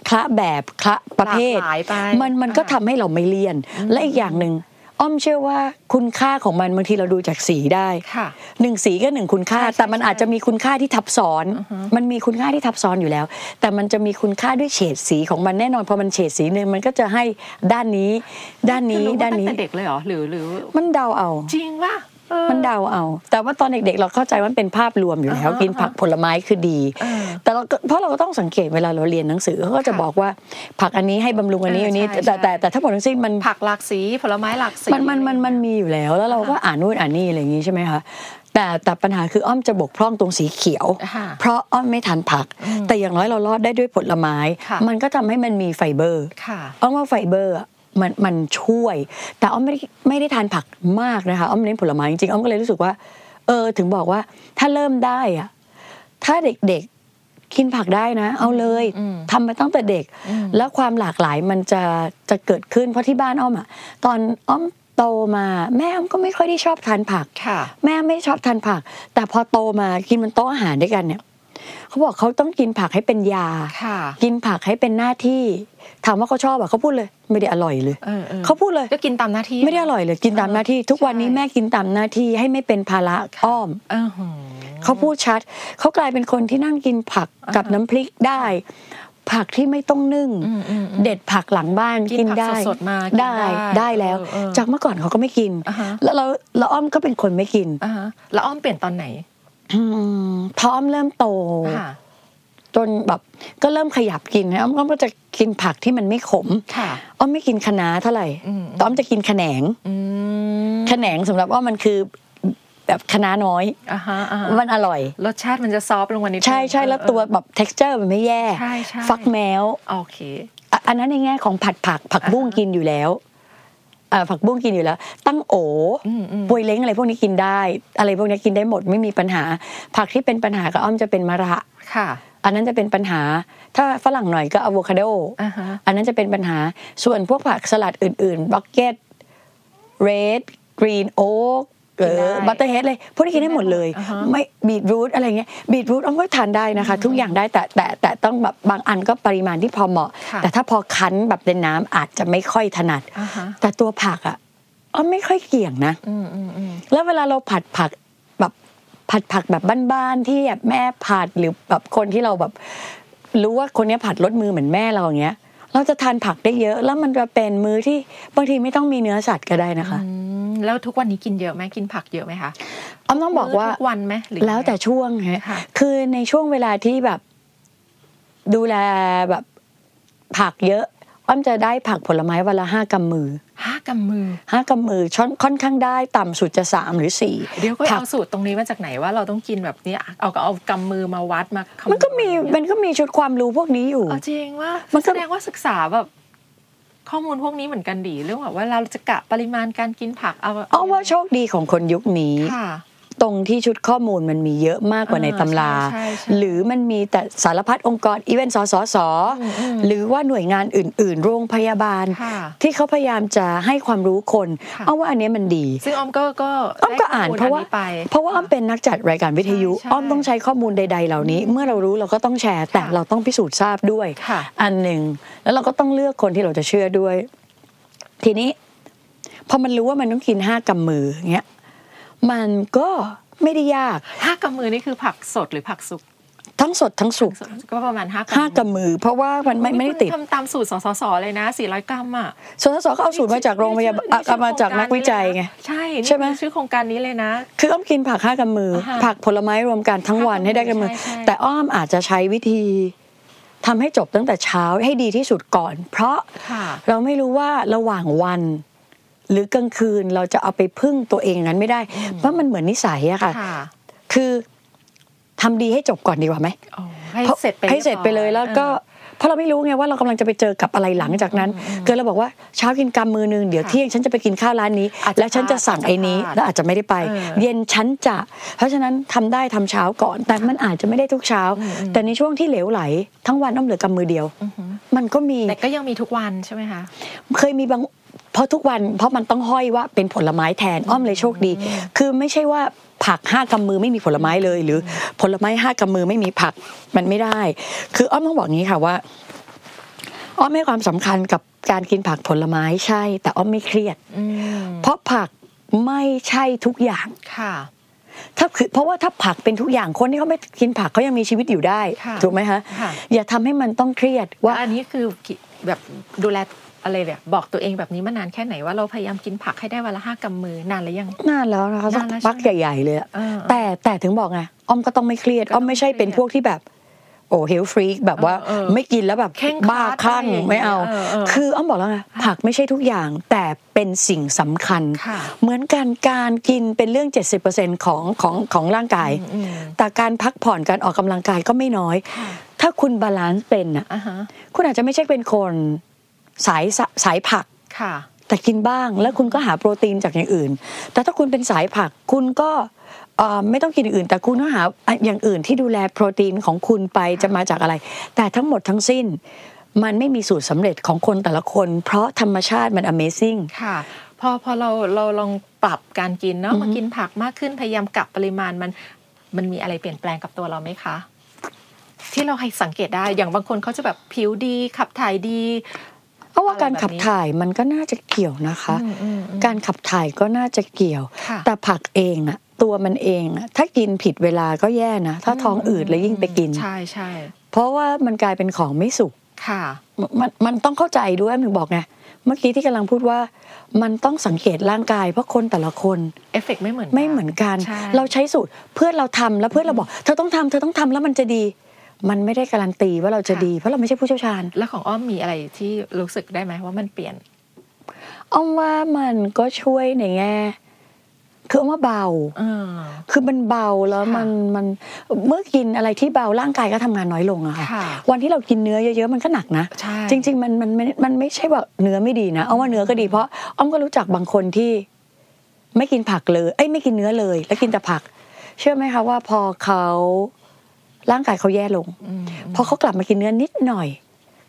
Speaker 2: คละแบบคละประเภท
Speaker 1: หลากหลายไป
Speaker 2: มันมันก็ทำให้เราไม่เลี่ยน และอีกอย่างหนึ่งอ้อมเชื่อว่าคุณค่าของมันบางทีเราดูจากสีได้
Speaker 1: ค่ะ
Speaker 2: หนึ่งสีก็หนึ่งคุณค่า
Speaker 1: ใช่ใช่
Speaker 2: แต่มัน
Speaker 1: ใช่
Speaker 2: อาจจะมีคุณค่าที่ทับซ้อน มันมีคุณค่าที่ทับซ้อนอยู่แล้ว แต่มันจะมีคุณค่าด้วยเฉดสีของมันแน่นอนพอมันเฉดสีหนึ่งมันก็จะให้ด้านนี้ ด้านนี้
Speaker 1: คือรู้
Speaker 2: ด้าน
Speaker 1: ตั้ง
Speaker 2: นี้
Speaker 1: แต่เด็กเลยเหรอหรือหรือ
Speaker 2: มันเดาเอา
Speaker 1: จริงป่ะเออ
Speaker 2: มันเดาเอา แต่ว่าตอนเด็กๆเราเข้าใจว่ามันเป็นภาพรวมอยู่แล้ว
Speaker 1: อ่าฮะ
Speaker 2: กินผักผลไม้คือดี
Speaker 1: เออ
Speaker 2: แต่เราก็เพราะเราก็ต้องสังเกตเวลาเราเรียนหนังสือเขาก็จะ
Speaker 1: ค่ะ
Speaker 2: บอกว่าผักอันนี้ให้บำรุงอันนี้
Speaker 1: เออ
Speaker 2: อันนี้
Speaker 1: ใช่
Speaker 2: แต่แต่
Speaker 1: ใช่
Speaker 2: แต่ทั้งหมดทั้งสิ้นมัน
Speaker 1: ผักหลากสีผลไม้หลากสี
Speaker 2: มันมันมันมันมีอยู่แล้วแล้วเราก็อ่านนู่นอ่านนี่อะไรอย่างนี้ใช่ไหมคะ แต่แต่ปัญหาคืออ้อมจะบกพร่องตรงสีเขียว
Speaker 1: ค่ะ
Speaker 2: เพราะอ้อมไม่ทานผัก
Speaker 1: อืม
Speaker 2: แต่อย่างน้อยเรารอดได้ด้วยผลไม้
Speaker 1: ค่ะ
Speaker 2: มันก็ทำให้มันมีไฟเบอร์
Speaker 1: ค่ะ
Speaker 2: อ้อมว่าไฟเบอร์อะมันมันช่วย แต่อ้อมไม่ได้ไม่ได้ทานผักมากนะคะอ้อมเน้นผลไม้จริงๆอ้อมก็เลยรู้สึกว่า เออ ถึงบอกว่าถ้าเริ่มได้อะถ้าเด็กๆกินผักได้นะ เอาเลย
Speaker 1: อืม
Speaker 2: ทำมาตั้งแต่เด็ก
Speaker 1: อืม
Speaker 2: แล้วความหลากหลายมันจะจะเกิดขึ้นเพราะที่บ้านอ้อมอะตอนอ้อมโตมาแม่อ้อมก็ไม่ค่อยได้ชอบทานผัก
Speaker 1: ค่ะ
Speaker 2: แม่ไม่ชอบทานผัก แต่พอโตมากินบนโต๊ะอาหารด้วยกันเนี่ยเขาบอกเขาต้องกินผักให้เป็นยา
Speaker 1: ค่ะ
Speaker 2: กินผักให้เป็นหน้าที่ถามว่าเขาชอบอ่ะเขาพูดเลย ไม่ได้อร่อยเลย
Speaker 1: เออออ
Speaker 2: เขาพูดเลย
Speaker 1: ก็กินตามหน้าที่
Speaker 2: ไม่ได้อร่อยเลย กินตามหน้าที่ ทุกวันนี้
Speaker 1: ใช่
Speaker 2: แม่กินตามหน้าที่ให้ไม่เป็นภาระอ้อม
Speaker 1: เออหือ
Speaker 2: เขาพูดชัด เขากลายเป็นคนที่นั่งกินผักกับน้ำพริกได้ ผักที่ไม่ต้องนึ่ง
Speaker 1: อืมอืมอืม
Speaker 2: เด็ดผักหลังบ้าน
Speaker 1: กิ
Speaker 2: กิ
Speaker 1: น
Speaker 2: น
Speaker 1: ผัก
Speaker 2: ได้
Speaker 1: สดๆมากิน
Speaker 2: ได้
Speaker 1: ได้
Speaker 2: ได้แล้ว
Speaker 1: เออเออ
Speaker 2: จากเมื่อก่อนเขาก็ไม่กิน
Speaker 1: อ่าฮะ
Speaker 2: แล้วเราเราอ้อมก็เป็นคนไม่กิน
Speaker 1: อ่าฮะแล้วอ้อมเปลี่ยนตอนไหน
Speaker 2: อืมพร้อมเริ่มโต
Speaker 1: ค่ะ
Speaker 2: จนแบบก็เริ่มขยับกินนะอ้อมก็จะกินผักที่มันไม่ขม
Speaker 1: ค่ะ
Speaker 2: อ้อมไม่กินคะน้าเท่าไหร่
Speaker 1: อืม
Speaker 2: อ้อมจะกินขะแหนง
Speaker 1: อืม
Speaker 2: ขะแหนงสำหรับอ้อมมันคือแบบคะน้าน้อย
Speaker 1: อ่าฮะอ่าฮะ
Speaker 2: มันอร่อย
Speaker 1: รสชาติมันจะซอฟต์ลงวันนี้
Speaker 2: ใช่ใช่แล้วตัวแบบ t e x t อร์มันไม่แย่
Speaker 1: ใช่ใช่
Speaker 2: ฟักแมว
Speaker 1: โอเค
Speaker 2: อ่ะอันนั้นในแง่ของผัดผัก ผัก
Speaker 1: อ่าฮะ
Speaker 2: บุ้งกินอยู่แล้วอ่าผักบุ้งกินอยู่แล้ว ตั้งโอ
Speaker 1: อืมอืม
Speaker 2: บวยเล้งอะไรพวกนี้กินได้ อะไรพวกนี้กินได้หมดไม่มีปัญหา ผักที่เป็นปัญหาก็อ้อมจะเป็นมะระ
Speaker 1: ค่ะ
Speaker 2: อันนั้นจะเป็นปัญหา ถ้าฝรั่งหน่อยก็อะโวคาโด
Speaker 1: อ่าฮะ
Speaker 2: อันนั้นจะเป็นปัญหา ส่วนพวกผักสลัดอื่นๆ บักเก็ต เรด กรีน โอ๊กเออบัตเตอร์เฮดเลย พวกนี้กินได้หมดเลย
Speaker 1: อ่าฮะ
Speaker 2: ไม่บีทรูทอะไรเงี้ย บีทรูทอ้อมก็ทานได้นะคะ ทุกอย่างได้แต่แต่แต่ต้องแบบบางอันก็ปริมาณที่พอเหมาะ
Speaker 1: ค่ะ
Speaker 2: แต่ถ้าพอคั้นแบบเป็นน้ำอาจจะไม่ค่อยถนัด
Speaker 1: อ่าฮะ
Speaker 2: แต่ตัวผักอ่ะอ้อมไม่ค่อยเกี่ยงนะ
Speaker 1: อืมอืมอืม
Speaker 2: แล้วเวลาเราผัดผักแบบผัดผักแบบบ้านๆที่แบบแม่ผัดหรือแบบคนที่เราแบบ รู้ว่าคนเนี้ยผัดรสมือเหมือนแม่เราอย่างเงี้ย เราจะทานผักได้เยอะ แล้วมันจะเป็นมื้อที่บางทีไม่ต้องมีเนื้อสัตว์ก็ได้นะคะ
Speaker 1: อืมแล้วทุกวันนี้กินเยอะไหมกินผักเยอะไหมคะ
Speaker 2: อ้อมต้องบอกว่า
Speaker 1: มื้ทุกวันไหมหรือ
Speaker 2: แล้วแต่
Speaker 1: ยังไง
Speaker 2: ช่วงฮะ
Speaker 1: ค่ะ
Speaker 2: คือในช่วงเวลาที่แบบ ดูแลแบบผักเยอะอ้อมจะได้ผักผลไม้วันละห้ากำมือ
Speaker 1: ห้ากำมือ
Speaker 2: ห้ากำมือช้อนค่อนข้างได้ต่ำสุดจะสามหรือสี่
Speaker 1: เดี๋ยวก็
Speaker 2: ผัก
Speaker 1: เอาสูตรตรงนี้มาจากไหนว่าเราต้องกินแบบนี้เอาก็เอากำมือมาวัดมาคำวณ
Speaker 2: มันก็มีมันก็มีชุดความรู้พวกนี้อยู่
Speaker 1: เอาจริงว่า
Speaker 2: มั
Speaker 1: มัน
Speaker 2: นก็
Speaker 1: แสดงว่าศึกษาแบบข้อมูลพวกนี้เหมือนกันดีเรื่องแบบว่าเราจะกะปริมาณการกินผักเอา
Speaker 2: อ้อมว่าโชคดีของคนยุคนี้
Speaker 1: ค่ะ
Speaker 2: ตรงที่ชุดข้อมูลมันมีเยอะมากกว่า
Speaker 1: อ่า
Speaker 2: ในตำรา
Speaker 1: ใช่ใช่ใช่
Speaker 2: หรือมันมีแต่สารพัดองค์กรอีเวนต์สสส
Speaker 1: อืมอืม
Speaker 2: หรือว่าหน่วยงานอื่น ๆ โรงพยาบาล
Speaker 1: ค่ะ
Speaker 2: ที่เขาพยายามจะให้ความรู้คน
Speaker 1: ค่ะ
Speaker 2: อ้อมว่าอันเนี้ยมันดี
Speaker 1: ซึ่งออมก็ก็
Speaker 2: อ้อมก็อ่าน
Speaker 1: ได้ข้มูล
Speaker 2: เพราะว่า
Speaker 1: ไป
Speaker 2: เพราะว่าอ้อมเป็นนักจัดรายการวิทยุ
Speaker 1: ใช่ใช่
Speaker 2: อ้อมต้องใช้ข้อมูลใด ๆ เหล่านี้ เมื่อเรารู้เราก็ต้องแชร์ แต่
Speaker 1: ค่ะ
Speaker 2: เราต้องพิสูจน์ทราบด้วย
Speaker 1: ค่ะ
Speaker 2: อันหนึ่งแล้วเราก็ต้องเลือกคนที่เราจะเชื่อด้วย ทีนี้พอมันรู้ว่ามันต้องกินห้ากำมืออย่างเงี้ยมันก็ไม่ได้ยาก
Speaker 1: ห้ากำมือนี่คือผักสดหรือผักสุก
Speaker 2: ทั้งสดทั้งสุก
Speaker 1: ก็ประมาณห้ากำ
Speaker 2: ห้ากำมือ เพราะว่ามันไม่ไม่ได้ติด
Speaker 1: ทำตามสูตรสสสเลยนะ400กรัมอ่ะ
Speaker 2: สสสก็เอาสูตรมาจากโรงพยาบาล
Speaker 1: นี่
Speaker 2: อ่ะ
Speaker 1: ชื่อ
Speaker 2: เอามาจากนักวิจัยไง
Speaker 1: ใช่นี่
Speaker 2: ใช่ไหม
Speaker 1: คือชื่อโครงการนี้เลยนะ
Speaker 2: คืออ้อมกินผักห้ากำมือ
Speaker 1: อ่าฮะ
Speaker 2: ผักผลไม้รวมกันทั้งวัน
Speaker 1: ห้ากำมือ
Speaker 2: ให้ได้กำมือ
Speaker 1: ใช่ใช่
Speaker 2: แต่อ้อมอาจจะใช้วิธีทำให้จบตั้งแต่เช้าให้ดีที่สุดก่อน เพราะ
Speaker 1: ค่ะ
Speaker 2: เราไม่รู้ว่าระหว่างวัน หรือกลางคืนเราจะเอาไปพึ่งตัวเองนั้นไม่ได้ เพราะมันเหมือนนิสัยอะค่ะ
Speaker 1: ค่ะ
Speaker 2: คือทำดีให้จบก่อนดีกว่าไหม
Speaker 1: โอ้ให้
Speaker 2: พาะ
Speaker 1: เสร็จไป
Speaker 2: ให้เสร็จไปเลย
Speaker 1: อ
Speaker 2: แล้วก็เพราะเราไม่รู้ไงว่าเรากำลังจะไปเจอกับอะไรหลังจากนั้น เกิดเราบอกว่าเช้ากินกำมือนึงเดี๋ยวเที่ยงฉันจะไปกินข้าวร้านนี้
Speaker 1: อาจจะ
Speaker 2: แล้วฉันจะสั่งไอ้นี้
Speaker 1: พลาด
Speaker 2: แล้วอาจจะไม่ได้ไป
Speaker 1: เออ
Speaker 2: เย็นฉันจะ เพราะฉะนั้นทำได้ทำเช้าก่อน แต่มันอาจจะไม่ได้ทุกเช้า
Speaker 1: อืมอืม
Speaker 2: แต่ในช่วงที่เหลวไหล ทั้งวันน้ำเหลือกำมือเดียว
Speaker 1: อือหือ
Speaker 2: มันก็มี
Speaker 1: แต่ก็ยังมีทุกวันใช่ไหมคะ
Speaker 2: เคยมีบางเพราะทุกวันเพราะมันต้องห้อยว่าเป็นผลไม้แทนอ้อมเลยโชคดี คือไม่ใช่ว่าผักห้ากำมือไม่มีผลไม้เลย หรือผลไม้ห้ากำมือไม่มีผักมันไม่ได้ คืออ้อมต้องบอกงี้ค่ะว่า อ้อมให้ความสำคัญกับการกินผักผลไม้ใช่ แต่อ้อมไม่เครียด
Speaker 1: อืม
Speaker 2: เพราะผักไม่ใช่ทุกอย่าง
Speaker 1: ค่ะ
Speaker 2: ถ้าคือเพราะว่าถ้าผักเป็นทุกอย่างคนที่เขาไม่กินผักเขายังมีชีวิตอยู่ได้
Speaker 1: ค่ะ
Speaker 2: ถูกไหมคะ
Speaker 1: ค่ะ
Speaker 2: อย่าทำให้มันต้องเครียด
Speaker 1: ว่า
Speaker 2: ว่า
Speaker 1: อันนี้คือกิแบบดูแลอะไรเนี่ยบอกตัวเองแบบนี้มานานแค่ไหนว่าเราพยายามกินผักให้ได้วันละห้ากำมือนานหรือยัง
Speaker 2: นานแล้วนะคะสั
Speaker 1: นาน
Speaker 2: ก
Speaker 1: แล้วใช่ไหม
Speaker 2: พักใหญ่ ๆ เลยอะ
Speaker 1: เออ
Speaker 2: แต่แต่ถึงบอกไงอ้อมก็ต้องไม่เครียด
Speaker 1: ก็ต้
Speaker 2: อ้
Speaker 1: อ
Speaker 2: อง ม
Speaker 1: ไม่
Speaker 2: ไม่
Speaker 1: เครี
Speaker 2: ใช่
Speaker 1: ยด
Speaker 2: เป็นพวกที่แบบ โอ้เฮลฟรีกแบบว่า
Speaker 1: เออเออ
Speaker 2: ไม่กินแล้วแบบ
Speaker 1: เคร่งครัด
Speaker 2: บ้าคลั่ง
Speaker 1: อะไรอย่างเงี้ย
Speaker 2: ไม่เอา
Speaker 1: เออเออ
Speaker 2: คืออ้อมบอกแล้วไงผักไม่ใช่ทุกอย่าง แต่เป็นสิ่งสำคัญ
Speaker 1: ค่ะ
Speaker 2: เหมือนกันการกินเป็นเรื่อง 70%ของของของร่างกาย
Speaker 1: อืม
Speaker 2: แต่การพักผ่อนการออกกำลังกายก็ไม่น้อย ถ้าคุณบาลานซ์เป็นน่ะ
Speaker 1: อ่าฮะ
Speaker 2: คุณอาจจะไม่ใช่เป็นคนสายสะสายผัก
Speaker 1: ค่ะ
Speaker 2: แต่กินบ้างแล้วคุณก็หาโปรตีนจากอย่างอื่น แต่ถ้าคุณเป็นสายผักคุณก็เอ่อไม่ต้องกินอย่างอื่น แต่คุณต้องหาอย่างอื่นที่ดูแลโปรตีนของคุณไปจะมาจากอะไร แต่ทั้งหมดทั้งสิ้น มันไม่มีสูตรสำเร็จของคนแต่ละคน เพราะธรรมชาติมัน amazing
Speaker 1: ค่ะพอพอเราเราลองปรับการกินเนาะมากินผักมากขึ้นพยายามกลับปริมาณมันมันมีอะไรเปลี่ยนแปลงกับตัวเราไหมคะ ที่เราให้สังเกตได้อย่างบางคนเขาจะแบบผิวดีขับถ่ายดี
Speaker 2: เพราะว่าการ
Speaker 1: อะไรแบบนี้
Speaker 2: ขับถ่ายมันก็น่าจะเกี่ยวนะคะ
Speaker 1: อืมอืมอืม
Speaker 2: การขับถ่ายก็น่าจะเกี่ยว
Speaker 1: ค่ะ
Speaker 2: แต่ผักเองอะตัวมันเองอะถ้ากินผิดเวลาก็แย่นะ ถ้าท้องอืดแล้วยิ่งไปกิน
Speaker 1: ใช่ใช่
Speaker 2: เพราะว่ามันกลายเป็นของไม่สุก
Speaker 1: ค่ะ
Speaker 2: มันมันต้องเข้าใจด้วยถึงบอกไงเมื่อกี้ที่กำลังพูดว่า มันต้องสังเกตร่างกาย เพราะคนแต่ละคน
Speaker 1: เอฟเฟกไม่เหมือน
Speaker 2: ไม่เหมือนกัน
Speaker 1: ใช่
Speaker 2: เราใช้สูตรเพื่อนเราทำแล้วเพื่อนเราบอก เธอต้องทำเธอต้องทำแล้วมันจะดี มันไม่ได้การันตีว่าเราจะ
Speaker 1: ค่ะ
Speaker 2: ดี เพราะเราไม่ใช่ผู้เชี่ยวชาญ
Speaker 1: แล้วของอ้อมมีอะไรที่รู้สึกได้ไหมว่ามันเปลี่ยน
Speaker 2: อ้อมว่ามันก็ช่วยในแง่คืออ้อมว่าเบา
Speaker 1: เออ
Speaker 2: คือมันเบาแล้ว
Speaker 1: ค่ะ
Speaker 2: มันมันเมื่อกินอะไรที่เบาร่างกายก็ทำงานน้อยลงอะค่ะ
Speaker 1: ค่ะ
Speaker 2: วันที่เรากินเนื้อเยอะๆมันก็หนักนะ
Speaker 1: ใช่
Speaker 2: จริงๆมันมันมันมันไม่ใช่ว่าเนื้อไม่ดีนะเอาว่าเนื้อก็ดีเพราะอ้อมก็รู้จักบางคนที่ไม่กินผักเลยเอ้ยไม่กินเนื้อเลย แล้วกินแต่ผัก เชื่อไหมคะว่าพอเขาร่างกายเขาแย่ลง
Speaker 1: อืม
Speaker 2: พอเขากลับมากินเนื้อนิดหน่อย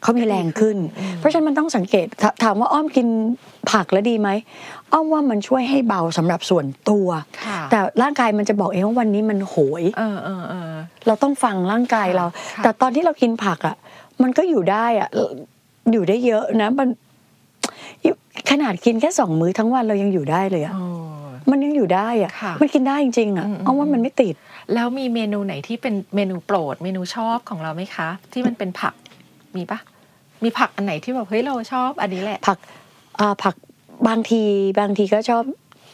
Speaker 2: เขามีแรงขึ้น
Speaker 1: อืม
Speaker 2: เพราะฉะนั้นมันต้องสังเกตถถามว่าอ้อมกินผักแล้วดีไหมอ้อมว่ามันช่วยให้เบาสำหรับส่วนตัว
Speaker 1: ค่ะ
Speaker 2: แต่ร่างกายมันจะบอกเองว่าวันนี้มันโหย
Speaker 1: เออเออเออ
Speaker 2: เราต้องฟังร่างกายเรา
Speaker 1: ค่ะ
Speaker 2: แต่ตอนที่เรากินผักอ่ะ มันก็อยู่ได้อ่ะ อยู่ได้เยอะนะ มัน ขนาดกินแค่สองมื้อทั้งวันเรายังอยู่ได้เลยอ่ะ มันยังอยู่ได้อ่ะ
Speaker 1: ค่ะ
Speaker 2: มันกินได้จริงๆอ่ะ
Speaker 1: อืมอืม
Speaker 2: เอาว่ามันไม่ติด
Speaker 1: แล้วมีเมนูไหนที่เป็นเมนูโปรด เมนูชอบของเราไหมคะ ที่มันเป็นผักมีปะมีผักอันไหนที่แบบเฮ้ยเราชอบอันนี้แหละ
Speaker 2: ผักอ่าผักบางทีบางทีก็ชอบ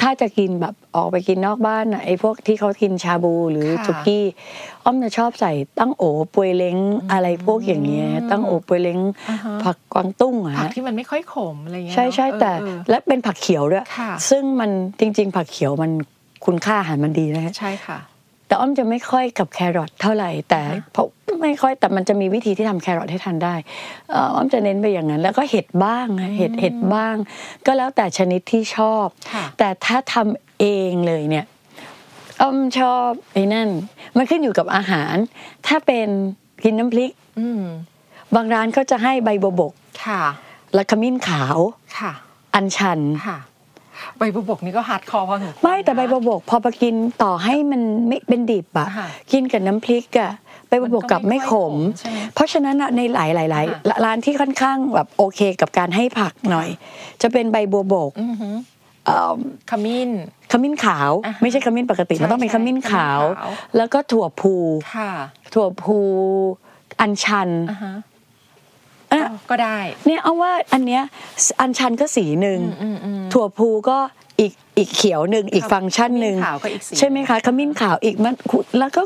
Speaker 2: ถ้าจะกินแบบออกไปกินนอกบ้านน่ะไอ้พวกที่เขากินชาบูหรือ
Speaker 1: ค่ะ
Speaker 2: สุกี้ อ้อมจะชอบใส่ตั้งโอปวยเล้งอะไรพวกอย่างเงี้ย
Speaker 1: อืม
Speaker 2: ตั้งโอปวยเล้ง
Speaker 1: อ่าฮะ
Speaker 2: ผักกวางตุ้งอะ
Speaker 1: ผัก
Speaker 2: ฮะ
Speaker 1: ที่มันไม่ค่อยขมอะไรเงี้ย
Speaker 2: ใช่ใช่
Speaker 1: เนอะ
Speaker 2: แต่
Speaker 1: เออเออ
Speaker 2: และเป็นผักเขียวด้วย
Speaker 1: ค่ะ
Speaker 2: ซึ่งมันจริง ๆ ผักเขียวมันคุณค่าอาหารมันดีนะฮะ
Speaker 1: ใช่ค่ะ
Speaker 2: แต่อ้อมจะไม่ค่อยกับแครอทเท่าไหร่ แต่
Speaker 1: อ่าฮะ
Speaker 2: เพราะไม่ค่อยแต่มันจะมีวิธีที่ทำแครอทให้ทานได้เอ่ออ้อมจะเน้นไปอย่างนั้น แล้วก็เห็ดบ้างนะเห็ดเห็ดบ้าง ก็แล้วแต่ชนิดที่ชอบ
Speaker 1: ค่ะ
Speaker 2: แต่ถ้าทำเองเลยเนี่ยอ้อมชอบไอ้นั่น มันขึ้นอยู่กับอาหาร ถ้าเป็นกินน้ำพริก
Speaker 1: อืม
Speaker 2: บางร้านเขาจะให้ใบบัวบก
Speaker 1: ค่ะ
Speaker 2: และขมิ้นขาว
Speaker 1: ค่ะ
Speaker 2: อัญชัน
Speaker 1: ค่ะใบบัวบกนี่ก็ฮาร์ดคอร์พอสมควร
Speaker 2: ไม่แต่ใบ
Speaker 1: นะ
Speaker 2: บัวบกพอไปกินต่อให้มันไม่เป็นดิบอะ
Speaker 1: ค่ะ
Speaker 2: กินกับน้ำพริกอะใบบัวบกกลับไม่ขม
Speaker 1: ใช่ไหม
Speaker 2: เพราะฉะนั้นอะในหลายหลายหลายร้านที่ค่อนข้างแบบโอเคกับการให้ผักหน่อย จะเป็นใบบัวบก
Speaker 1: อือหือ
Speaker 2: เอิ่ม
Speaker 1: ขมิ้น
Speaker 2: ขมิ้นขาว
Speaker 1: อ่าฮะ
Speaker 2: ไม่ใช่ขมิ้นปกติ
Speaker 1: ใช่
Speaker 2: มันต้องเป็น
Speaker 1: ใช่
Speaker 2: ขมิ้นขาว
Speaker 1: ขมิ้นขาว
Speaker 2: แล้วก็ถั่วพู
Speaker 1: ค่ะ
Speaker 2: ถั่วพูอัญชัน
Speaker 1: อ่าฮะ
Speaker 2: เอ้ย
Speaker 1: ก็ได้
Speaker 2: เนี่ยเอาว่าอันเนี้ยอัญชันก็สีหนึ่ง
Speaker 1: อืมอืมอืม
Speaker 2: ถั่วพูก็อีกอีกเขียวหนึ่งอีกฟังก์ชันหนึ่ง
Speaker 1: ขมิ้ขาวก็อีกสี
Speaker 2: ใช่ไหมคะขมิ้นขาวอีกมันแล้วก็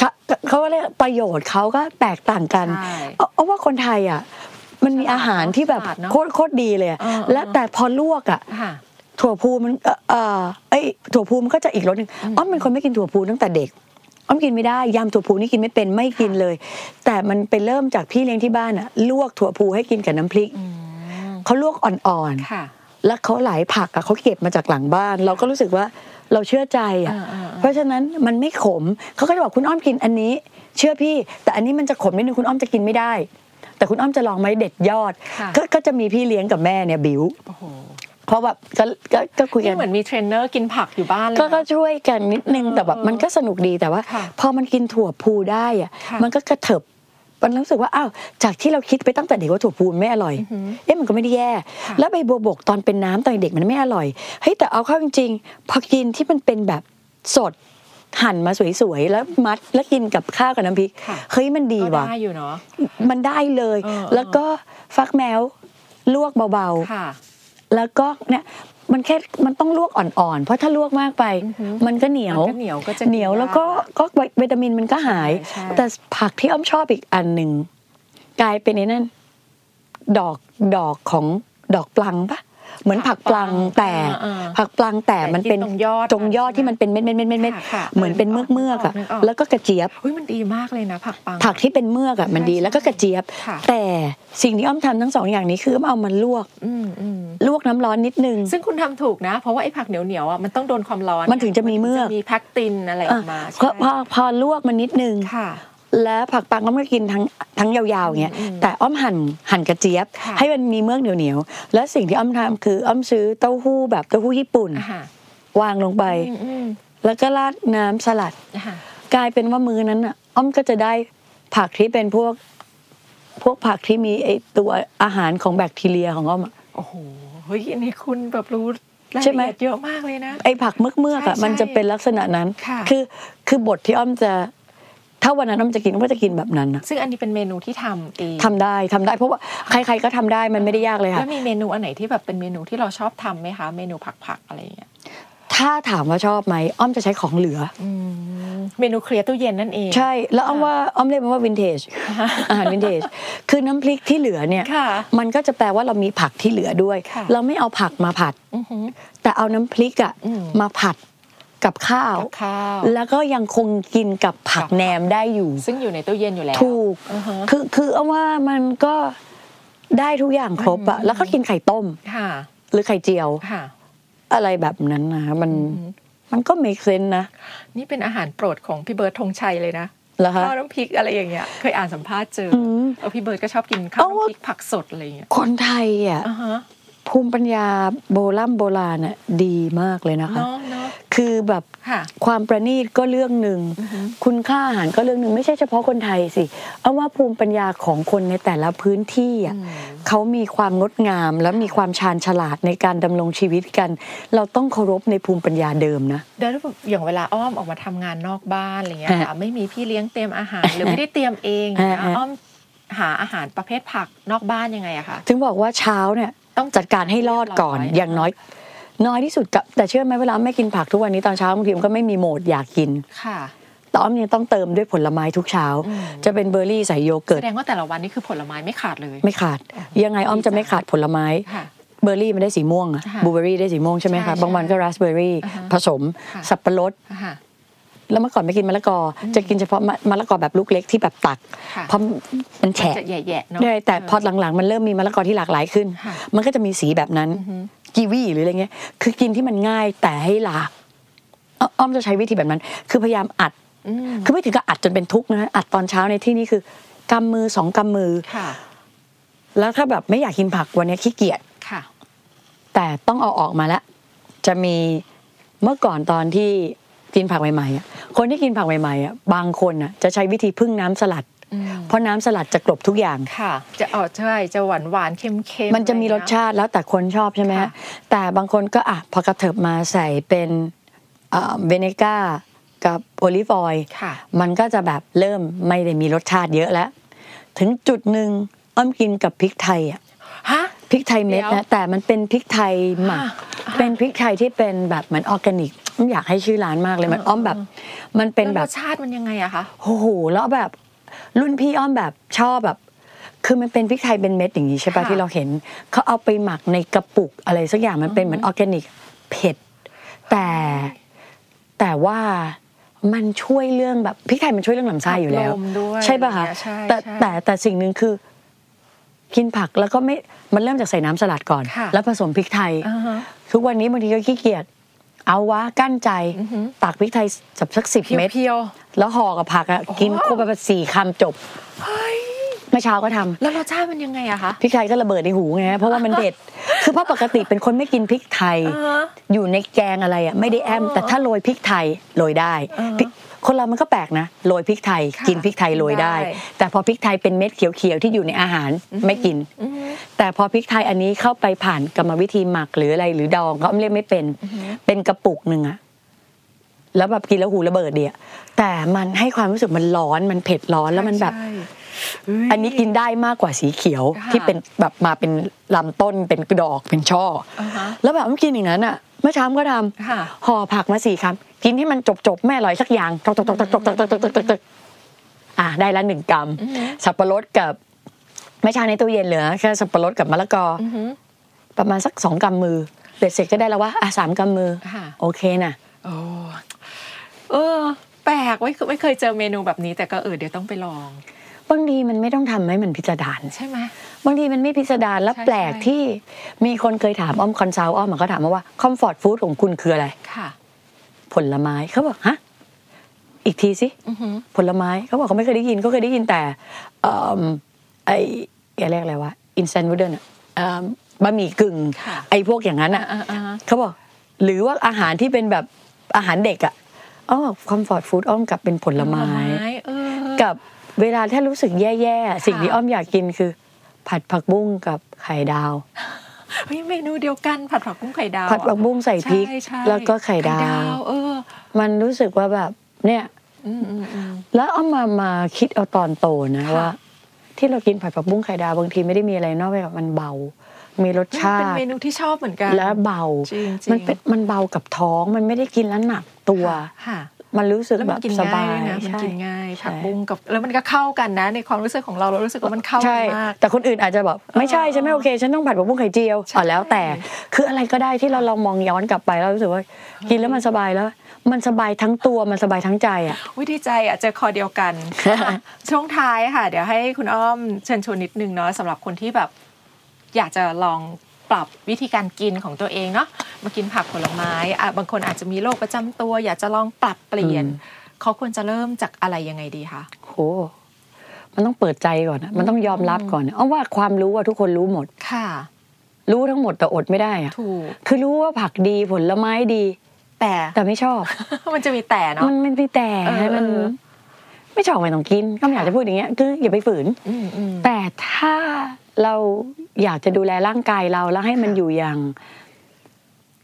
Speaker 1: ค่ะ
Speaker 2: เขาเขาเรียกประโยชน์เขาก็แตกต่างกัน
Speaker 1: ใช่
Speaker 2: เอาเอาว่าคนไทยอ่ะมันมี
Speaker 1: ฉลาด
Speaker 2: อาหารที่แบบ
Speaker 1: ฉลาดเนอะ
Speaker 2: โคตรโคตรดีเลยอะ
Speaker 1: เออ
Speaker 2: และแต่พอลวกอ่ะ
Speaker 1: ค่ะ
Speaker 2: ถั่วพูมันเอ่อเอ่อเอ้ยถั่วพูมันก็จะอีกรสหนึ่งอ้อมเป็นคนไม่กินถั่วพูตั้งแต่เด็กอ้อมกินไม่ได้ยำถั่วพูนี่กินไม่เป็นไม่กินเลย แต่มันไปเริ่มจากพี่เลี้ยงที่บ้านอ่ะลวกถั่วพูให้กินกับน้ำพริก
Speaker 1: อืม
Speaker 2: เขาลวกอ่อนๆ
Speaker 1: ค่ะ
Speaker 2: แล้วเขาหลายผักอะเขาเก็บมาจากหลังบ้าน เราก็รู้สึกว่าเราเชื่อใจอะ
Speaker 1: อ่าๆๆ
Speaker 2: เพราะฉะนั้นมันไม่ขมเขาก็จะบอกคุณอ้อมกินอันนี้ เชื่อพี่ แต่อันนี้มันจะขมนิดนึงคุณอ้อมจะกินไม่ได้ แต่คุณอ้อมจะลองไหมเด็ดยอด
Speaker 1: ค่ะ
Speaker 2: ก็ก็จะมีพี่เลี้ยงกับแม่เนี่ยบิว
Speaker 1: โอ้โห
Speaker 2: เพราะแบบก็ก็ก็คุยกั
Speaker 1: นี่
Speaker 2: น
Speaker 1: เหมือนมีเทรนเนอร์กินผักอยู่บ้านเลย
Speaker 2: ก็
Speaker 1: นะ
Speaker 2: ก็ช่วยกันนิดนึงแต่แบบมันก็สนุกดีแต่ว่า
Speaker 1: ค่ะ
Speaker 2: พอมันกินถั่วพูได้อะ
Speaker 1: ค่ะ
Speaker 2: มันก็กระเถิบมันรู้สึกว่าอ้าวจากที่เราคิดไปตั้งแต่เด็กว่าถั่วพูไม่อร่อย
Speaker 1: อือหือ
Speaker 2: เอ๊ะมันก็ไม่ได้แย่
Speaker 1: ค่ะ
Speaker 2: แล้วใบบัวบกตอนเป็นน้ำตอนเด็กมันไม่อร่อย เฮ้ยแต่เอาเข้าจริงๆพอกินที่มันเป็นแบบสดหั่นมาสวยๆแล้วมัดแล้วกินกับข้าวกับน้ำพริก
Speaker 1: ค่ะ
Speaker 2: เฮ้ยมันดี
Speaker 1: ก็
Speaker 2: ว่ะ
Speaker 1: ได้อยู่เนาะ
Speaker 2: มันได้เลย
Speaker 1: เออเออ
Speaker 2: แล้วก็ฟักแมวลวกเบา
Speaker 1: ค่ะ
Speaker 2: ๆ แล้วก็เนี่ย มันแค่มันต้องลวกอ่อนๆ เพราะถ้าลวกมากไป
Speaker 1: อือหือ
Speaker 2: มันก็เหนียว
Speaker 1: มันก็เหนียวก็จะ
Speaker 2: เหนียวแล้วก็
Speaker 1: าก
Speaker 2: ก็วิตามินมันก็หาย
Speaker 1: ใช่
Speaker 2: แต่ผักที่อ้อมชอบอีกอันหนึ่งกลายเป็นไอ้นั่น ดอกดอกของดอกปลังปะเหมือนผักปลังแต่
Speaker 1: อ่า
Speaker 2: ผักปลังแต่มันเป็น
Speaker 1: แต่ที่ตรงยอด
Speaker 2: ตรงยอดที่มันเป็นเม็ดเม็ดเม็ดเม็ดเม็ด
Speaker 1: ค่ะค่ะ
Speaker 2: เหมือนเป็นเมือกเมือกๆอ่ะ
Speaker 1: นึกออก
Speaker 2: แล้วก็กระเจี๊ยบ
Speaker 1: ๆเฮ้ยมันดีมากเลยนะผักปัง
Speaker 2: ผักที่เป็นเมือกอ่ะมันดี
Speaker 1: ใช่
Speaker 2: แล้วก็กระเจี๊ยบ
Speaker 1: ค่ะ
Speaker 2: แต่สิ่งที่อ้อมทำทั้งสองอย่างนี้คืออ้อมเอามันลวก
Speaker 1: อืมอืม
Speaker 2: ลวกน้ำร้อนนิดนึง
Speaker 1: ซึ่งคุณทำถูกนะ เพราะว่าไอ้ผักเหนียวเหนียวๆอ่ะมันต้องโดนความร้อน
Speaker 2: มันถึงจะมีเมือก
Speaker 1: นมีแพคตินอะไรออกมา
Speaker 2: เพราะพอพอลวกมันนิดนึง
Speaker 1: ค่ะ
Speaker 2: แล้วผักปังอ้อมก็กินทั้งทั้งยาวๆอย่างเงี้ย
Speaker 1: อืมอืม
Speaker 2: แต่อ้อมหั่นหั่นกระเจี๊ยบ
Speaker 1: ค่ะ
Speaker 2: ให้มันมีเมือกเหนียวๆแล้วสิ่งที่อ้อมทำคืออ้อมซื้อเต้าหู้แบบเต้าหู้ญี่ปุ่น
Speaker 1: อ่าฮะ
Speaker 2: วางลงไป
Speaker 1: อืมอืม
Speaker 2: แล้วก็ราดน้ำสลัด
Speaker 1: อ่าฮะ
Speaker 2: กลายเป็นว่ามือนั้นน่ะอ้อมก็จะได้ผักที่เป็นพวก พวกผักที่มีไอตัวอาหารของแบคทีเรียของอ้อมอะ
Speaker 1: โอ้โหเฮ้ยอันนี้คุณแบบรู้ราย
Speaker 2: ใช่ไหม
Speaker 1: ละเอียดเยอะมากเลยนะ
Speaker 2: ไอผักเมือกเมือกๆอะ
Speaker 1: ใช่
Speaker 2: มันจะเป็นลักษณะนั้น
Speaker 1: ค่ะ
Speaker 2: อคือบทที่อ้อมจะ ถ้าวันนั้นอ้อมจะกินอ้อมก็จะกินแบบนั้นนะ
Speaker 1: ซึ่งอันนี้เป็นเมนูที่ทำเอง
Speaker 2: ทำได้ทำได้เพราะว่าใคร ๆก็ทำได้มันไม่ได้ยากเลยค่ะ
Speaker 1: แล้วมีเมนูอันไหนที่แบบเป็นเมนูที่เราชอบทำไหมคะ เมนูผักๆอะไรอย่างเงี้ย
Speaker 2: ถ้าถามว่าชอบไหมอ้อมจะใช้ของเหลือ
Speaker 1: อืมเมนูเคลียร์ตู้เย็นนั่นเอง
Speaker 2: ใช่ แล้วอ้อมว่าอ้อมเรียกมันว่าวินเทจอาหารวินเทจคือน้ำพริกที่เหลือเนี่ย
Speaker 1: ค่ะ
Speaker 2: มันก็จะแปลว่าเรามีผักที่เหลือด้วย
Speaker 1: ค่ะ
Speaker 2: เราไม่เอาผักมาผัด
Speaker 1: อือหือ
Speaker 2: แต่เอาน้ำพริกอะ
Speaker 1: อืม
Speaker 2: มาผัดกับข้าว
Speaker 1: กับข้าว
Speaker 2: แล้วก็ยังคงกินกับผัก
Speaker 1: กับข้าว
Speaker 2: แหนมได้อยู่
Speaker 1: ซึ่งอยู่ในตู้เย็นอยู่แล้ว
Speaker 2: ถูก
Speaker 1: อือฮะ
Speaker 2: คือคืออ้อมว่ามันก็ได้ทุกอย่างครบอะ
Speaker 1: อืม
Speaker 2: แล้วก็กินไข่ต้ม
Speaker 1: ค่ะ
Speaker 2: หรือไข่เจียว
Speaker 1: ค่ะ
Speaker 2: อะไรแบบนั้นนะคะมัน
Speaker 1: อืม
Speaker 2: มันก็ make sense นะ
Speaker 1: นี่เป็นอาหารโปรดของพี่เบิร์ดธงชัยเลยนะ
Speaker 2: เหรอคะ
Speaker 1: ข้าวน้ำพริกอะไรอย่างเงี้ย เคยอ่านสัมภาษณ์เจออ
Speaker 2: ม
Speaker 1: เออพี่เบิร์ดก็ชอบกินข้าว
Speaker 2: เอาว่า
Speaker 1: น้ำพริกผักสดอะไรอย่างเงี้ย
Speaker 2: คนไทยอ่ะ
Speaker 1: อ่าฮะ
Speaker 2: ภูมิปัญญาโบราณโบราณน่ะดีมากเลยนะคะ
Speaker 1: เนาะเนาะ
Speaker 2: คือแบบ
Speaker 1: ค่ะ
Speaker 2: ความประณีตก็เรื่องหนึ่ง
Speaker 1: อือฮึ
Speaker 2: คุณค่าอาหารก็เรื่องหนึ่งไม่ใช่เฉพาะคนไทยสิ เอาว่าภูมิปัญญาของคนในแต่ละพื้นที่อ่ะ
Speaker 1: อืม
Speaker 2: เขามีความงดงามและมีความชาญฉลาดในการดำรงชีวิตกัน เราต้องเคารพในภูมิปัญญาเดิมนะ
Speaker 1: เดี๋ยวอย่างเวลาอ้อมออกมาทำงานนอกบ้านอะไรเงี้ยค่ะไม่มีพี่เลี้ยงเตรียมอาหารหรือไม่ได้เตรียมเอง
Speaker 2: อ่า
Speaker 1: นะ
Speaker 2: อ่า
Speaker 1: อ้อมหาอาหารประเภทผักนอกบ้านยังไงอะคะ
Speaker 2: ถึงบอกว่าเช้าเนี่ย
Speaker 1: ต้อง
Speaker 2: จัดการให้รอดก่อน
Speaker 1: เรียบร้อย
Speaker 2: อย่างน้อย น้อยที่สุดกับแต่เชื่อไหมเวลาไม่กินผักทุกวันนี้ตอนเช้าบางทีมันก็ไม่มีโหมดอยากกิน
Speaker 1: ค่ะ
Speaker 2: แต่อ้อมยังต้องเติมด้วยผลไม้ทุกเช้า
Speaker 1: อืม
Speaker 2: จะเป็นเบอร์รี่ใส่โยเกิร์
Speaker 1: แส
Speaker 2: ต
Speaker 1: ดงว่าแต่ละวันนี่คือผลไม้ไม่ขาดเลย
Speaker 2: ไม่ขาด ยังไงอ้อมจะไม่ขาดผลไม้
Speaker 1: ค่ะ
Speaker 2: เบอร์รี่มันได้สีม่วงอะ
Speaker 1: ค่ะ
Speaker 2: บลูเบอร์รี่ได้สีม่วงใช่ไหม
Speaker 1: ใช่
Speaker 2: คะ
Speaker 1: ใช่
Speaker 2: บางวันก็ราสเบอร์รี่
Speaker 1: อ่าฮะ
Speaker 2: ผสม
Speaker 1: ค่ะ
Speaker 2: สับปะรด
Speaker 1: ค่ะ
Speaker 2: แล้วเมื่อก่อนไม่กินมะละกออจะกินเฉพาะมะมะละกอแบบลูกเล็กที่แบบตัก
Speaker 1: ค่ะ
Speaker 2: เพราะมันแฉะ
Speaker 1: จะแย่ๆเนาะ
Speaker 2: ใช่แต่พอหลังๆ มันเริ่มมีมะละกอที่หลากหลายขึ้น
Speaker 1: ค่ะ
Speaker 2: มันก็จะมีสีแบบนั้น
Speaker 1: อือฮึ
Speaker 2: กีวีหรืออะไรเงี้ยคือกินที่มันง่ายแต่ให้หลากอ้ออ้อมจะใช้วิธีแบบนั้น คือพยายามอัด
Speaker 1: อืม
Speaker 2: คือไม่ถึงกับอัดจนเป็นทุกข์นะอัดตอนเช้าในที่นี้คือกำมือสองกำมือ
Speaker 1: ค่ะ
Speaker 2: แล้วถ้าแบบไม่อยากกินผักวันนี้ขี้เกียจ
Speaker 1: ค่ะ
Speaker 2: แต่ต้องเอาออกมาละจะมีเมื่อก่อนตอนที่กินผักใหม่ๆอะคนที่กินผักใหม่ๆอะบางคนน่ะจะใช้วิธีพึ่งน้ำสลัด
Speaker 1: อืม
Speaker 2: เพราะน้ำสลัดจะกลบทุกอย่าง
Speaker 1: ค่ะ จะเออใช่จะหวานหวานๆเค็มเค็มๆ
Speaker 2: มันจะมีรส
Speaker 1: อไอย่งเงี้ย
Speaker 2: ชาติแล้วแต่คนชอบใช่ไหมฮะ
Speaker 1: ค่ะ
Speaker 2: แต่บางคนก็อ่ะพอกระเถิบมาใส่เป็นเวเนก้ากับโอลิฟออยล์
Speaker 1: ค่ะ
Speaker 2: มันก็จะแบบเริ่มไม่ได้มีรสชาติเยอะแล้ว ถึงจุดหนึ่งอ้อมกินกับพริกไทยอ่ะ
Speaker 1: ฮะ
Speaker 2: พริกไทยเม็ด
Speaker 1: เดี๋ย
Speaker 2: นะ
Speaker 1: ว
Speaker 2: แต่มันเป็นพริกไทยหมัก
Speaker 1: อ่าอ่า
Speaker 2: เป็นพริกไทยที่เป็นแบบเหมือนออร์แกนิกอ้อมอยากให้ชื่อร้านมากเลยมัน
Speaker 1: อ่า
Speaker 2: อ้อมแบบ มันเป็นแบ
Speaker 1: ล้ว
Speaker 2: บ
Speaker 1: รสชาติมันยังไงอะคะ
Speaker 2: โอ้โหแล้วแบบรุ่นพี่อ้อมแบบชอบแบบ คือมันเป็นพริกไทยเป็นเม็ดอย่างนี้ใช่ปะ
Speaker 1: ค่ะ
Speaker 2: ที่เราเห็นเขาเอาไปหมักในกระปุกอะไรสักอย่างมันเป็นเหมือนออร์แกนิกเผ็ดแต่แต่ว่ามันช่วยเรื่องแบบพริกไทยมันช่วยเรื่องลำไส้อยู่แล้ว
Speaker 1: มด้วย
Speaker 2: ใช่ป่ะคะ
Speaker 1: อไรอย่างเงี้ยใช่
Speaker 2: แต่
Speaker 1: ใช่
Speaker 2: แต่แต่สิ่งหนึ่งคือ กินผักแล้วก็ไม่ มันเริ่มจากใส่น้ำสลัดก่อน
Speaker 1: ค่ะ
Speaker 2: แล้วผสมพริกไทย
Speaker 1: อ่าฮะ
Speaker 2: ทุกวันนี้บางทีก็ขี้เกียจ เอาวะกั้นใจ
Speaker 1: อือหือ
Speaker 2: ตักพริกไทยสักสักสิบเม็ด
Speaker 1: เพียว
Speaker 2: แล้วห่อกับผักอะ
Speaker 1: โอ้โห
Speaker 2: กินควบไปสี่คำจบ
Speaker 1: ๆเฮ้ย
Speaker 2: เมื่อเช้าก็ทำ
Speaker 1: แล้วรสชาติมันยังไงอะคะ
Speaker 2: พริกไทยก็ระเบิดในหูไงเพราะว่ามัน เด็ด คือเพราะปกติเป็นคนไม่กินพริกไทย
Speaker 1: อ่าฮะ
Speaker 2: อยู่ในแกงอะไรอ่ะไม่ได้แอม
Speaker 1: อ๋อ
Speaker 2: แต่ถ้าโรยพริกไทยโรยได้
Speaker 1: อ่าฮะ
Speaker 2: พริกคนเรามันก็แปลกนะโรยพริกไทย
Speaker 1: ค่ะ
Speaker 2: กินพริกไทยโรยได้
Speaker 1: ได้
Speaker 2: แต่พอพริกไทยเป็นเม็ดเขียวๆที่อยู่ในอาหารไม่กิน
Speaker 1: อือฮึ
Speaker 2: แต่พอพริกไทยอันนี้เข้าไปผ่านกรรมวิธีหมักหรืออะไรหรือดองก็เรียกไม่เป็น
Speaker 1: อือฮึ
Speaker 2: เป็นกระปุกหนึ่งอะแล้วแบบกินแล้วหูระเบิดเดียแต่มันให้ความรู้สึกมันร้อนมันเผ็ดร้อนแล้วมันแบบ
Speaker 1: ใช่
Speaker 2: อันนี้กินได้มากกว่าสีเขียว
Speaker 1: ค่ะ
Speaker 2: ที่เป็นแบบมาเป็นลำต้นเป็นกระดอกเป็นช่ออา
Speaker 1: ฮะ
Speaker 2: แล้วแบบมันกินอย่างนั้นอ่ะเมื่อเช้าก็ท
Speaker 1: ค่ะ
Speaker 2: ำห่อผักมาสี่คำกินให้มันจบจบๆไม่อร่อยสักอย่างตกตกตกตกตกตกตกตกตกตกอ่ะได้ละหนึ่งกรัมสับปะรดกับเมื่อเช้าในตู้เย็นเหลือแค่สับปะรดกับมะละกออ
Speaker 1: อือหือ
Speaker 2: ประมาณสักสองกำมือเบ็ดเสร็จก็ได้แล้วว่าอ่ะสามกำมือ
Speaker 1: ค่ะ
Speaker 2: โอเคน่ะ
Speaker 1: โอ้เออ แปลกไม่เคยไม่เคยเจอเมนูแบบนี้ แต่ก็เออเดี๋ยวต้องไปลอง
Speaker 2: บางทีมันไม่ต้องทำให้มันพิสดาร
Speaker 1: ใช่ไหม
Speaker 2: บางทีมันไม่พิสดารแล้ว
Speaker 1: ใช่
Speaker 2: แปลก
Speaker 1: ใช่
Speaker 2: ที่มีคนเคยถามอ้อมคอนซัลท์อ้อมมันก็ถามมาว่าคอมฟอร์ตฟู้ดของคุณคืออะไร
Speaker 1: ค่ะ
Speaker 2: ผลไม้เขาบอกฮะอีกทีสิ
Speaker 1: อือหือ
Speaker 2: ผลไม้เขาบอกเขาไม่เคยได้ยินเขาเคยได้ยินแต่เอิ่มไออะไรยกอะไรวะอินสแตนต์วูเดนอะเอิ่มบะหมี่กึ่ง
Speaker 1: ค่ะ
Speaker 2: ไอพวกอย่างนั้นอะ
Speaker 1: อ่าอ่าอ่า
Speaker 2: เขาบอกหรือว่าอาหารที่เป็นแบบอาหารเด็กอะอ้อคอมฟอร์ตฟู้ดอ้อมกลับเป็นผลไม้
Speaker 1: เออ
Speaker 2: กับเวลาถ้ารู้สึกแย่ๆ สิ่งที่อ้อมอยากกินคือ ผัดผักบุ้งกับไข่ดาว
Speaker 1: เฮ้ยเมนูเดียวกันผัดผักบุ้งไข่ดาว
Speaker 2: ผัดผักบุ้งใส่พริก
Speaker 1: ใช่ใช่
Speaker 2: แล้วก็ไข่ดาว
Speaker 1: เออ
Speaker 2: มันรู้สึกว่าแบบเนี่ย
Speaker 1: อืมอืมอืม
Speaker 2: แล้วเอามามาคิดเอาตอนโตนะ
Speaker 1: ค่ะ
Speaker 2: ว่า ที่เรากินผัดผักบุ้งไข่ดาวบางทีไม่ได้มีอะไรนอกไปจากมันเบา มีรสชา
Speaker 1: เป็น
Speaker 2: ติ
Speaker 1: เมนูที่ชอบเหมือนกัน
Speaker 2: และเบา
Speaker 1: จริงๆ
Speaker 2: มันเป็นมันเบากับท้องมันไม่ได้กินแล้วหนักตัว
Speaker 1: ค่ะ
Speaker 2: มันรู้สึก
Speaker 1: แล้ว
Speaker 2: แบ
Speaker 1: มัน
Speaker 2: บ
Speaker 1: กิน
Speaker 2: ส
Speaker 1: ง่า
Speaker 2: บาย ย
Speaker 1: นะมัน
Speaker 2: ใช่
Speaker 1: กินง่าย
Speaker 2: ใช่
Speaker 1: ผักบุ้งกับแล้วมันก็เข้ากันนะ ในความรู้สึกของเราเรารู้สึกว่ามันเข้ากั
Speaker 2: ใช่
Speaker 1: นมาก
Speaker 2: แต่คนอื่นอาจจะแบบไม่ใช่ฉันไม่โอเค ฉันต้องผัดผักบุ้งไข่เจียว
Speaker 1: ใช่
Speaker 2: อ๋อแล้วแต่คืออะไรก็ได้ที่เราเรามองย้อนกลับไปแล้วรู้สึกว่ากินแล้วมันสบายแล้ว มันสบายทั้งตัวมันสบายทั้งใจอ่ะ
Speaker 1: วิธีใจอ่ะเจอคอเดียวกัน ช่วงท้ายค่ะ เดี๋ยวให้คุณอ้อมเชิญชวนนิดนึงเนาะสำหรับคนที่แบบ อยากจะลองปรับวิธีการกินของตัวเองเนาะมากินผักผลไม้อ่ะบางคนอาจจะมีโรคประจำตัว อยากจะลองปรับเปลี่ยน
Speaker 2: อืม
Speaker 1: เขาควรจะเริ่มจากอะไรยังไงดีคะ
Speaker 2: โหมันต้องเปิดใจก่อนอะมันต้องยอมรับก่อนอะเอาว่าความรู้ว่าทุกคนรู้หมด
Speaker 1: ค่ะ
Speaker 2: รู้ทั้งหมดแต่อดไม่ได้อ่ะ
Speaker 1: ถูก
Speaker 2: คือรู้ว่าผักดีผลไม้ดี
Speaker 1: แต่
Speaker 2: แต่ไม่ชอบ
Speaker 1: มันจะมีแต่เนาะ
Speaker 2: มันมันไม่แต่
Speaker 1: เออ
Speaker 2: มัน
Speaker 1: เออ
Speaker 2: ไม่ชอบไม่ต้องกินก็ไม่อยากจะพูดอย่างเงี้ยคืออย่าไปฝืน
Speaker 1: อืมอืม
Speaker 2: แต่ถ้าเราอยากจะดูแลร่างกายเราแล้วให้มันอยู่อย่าง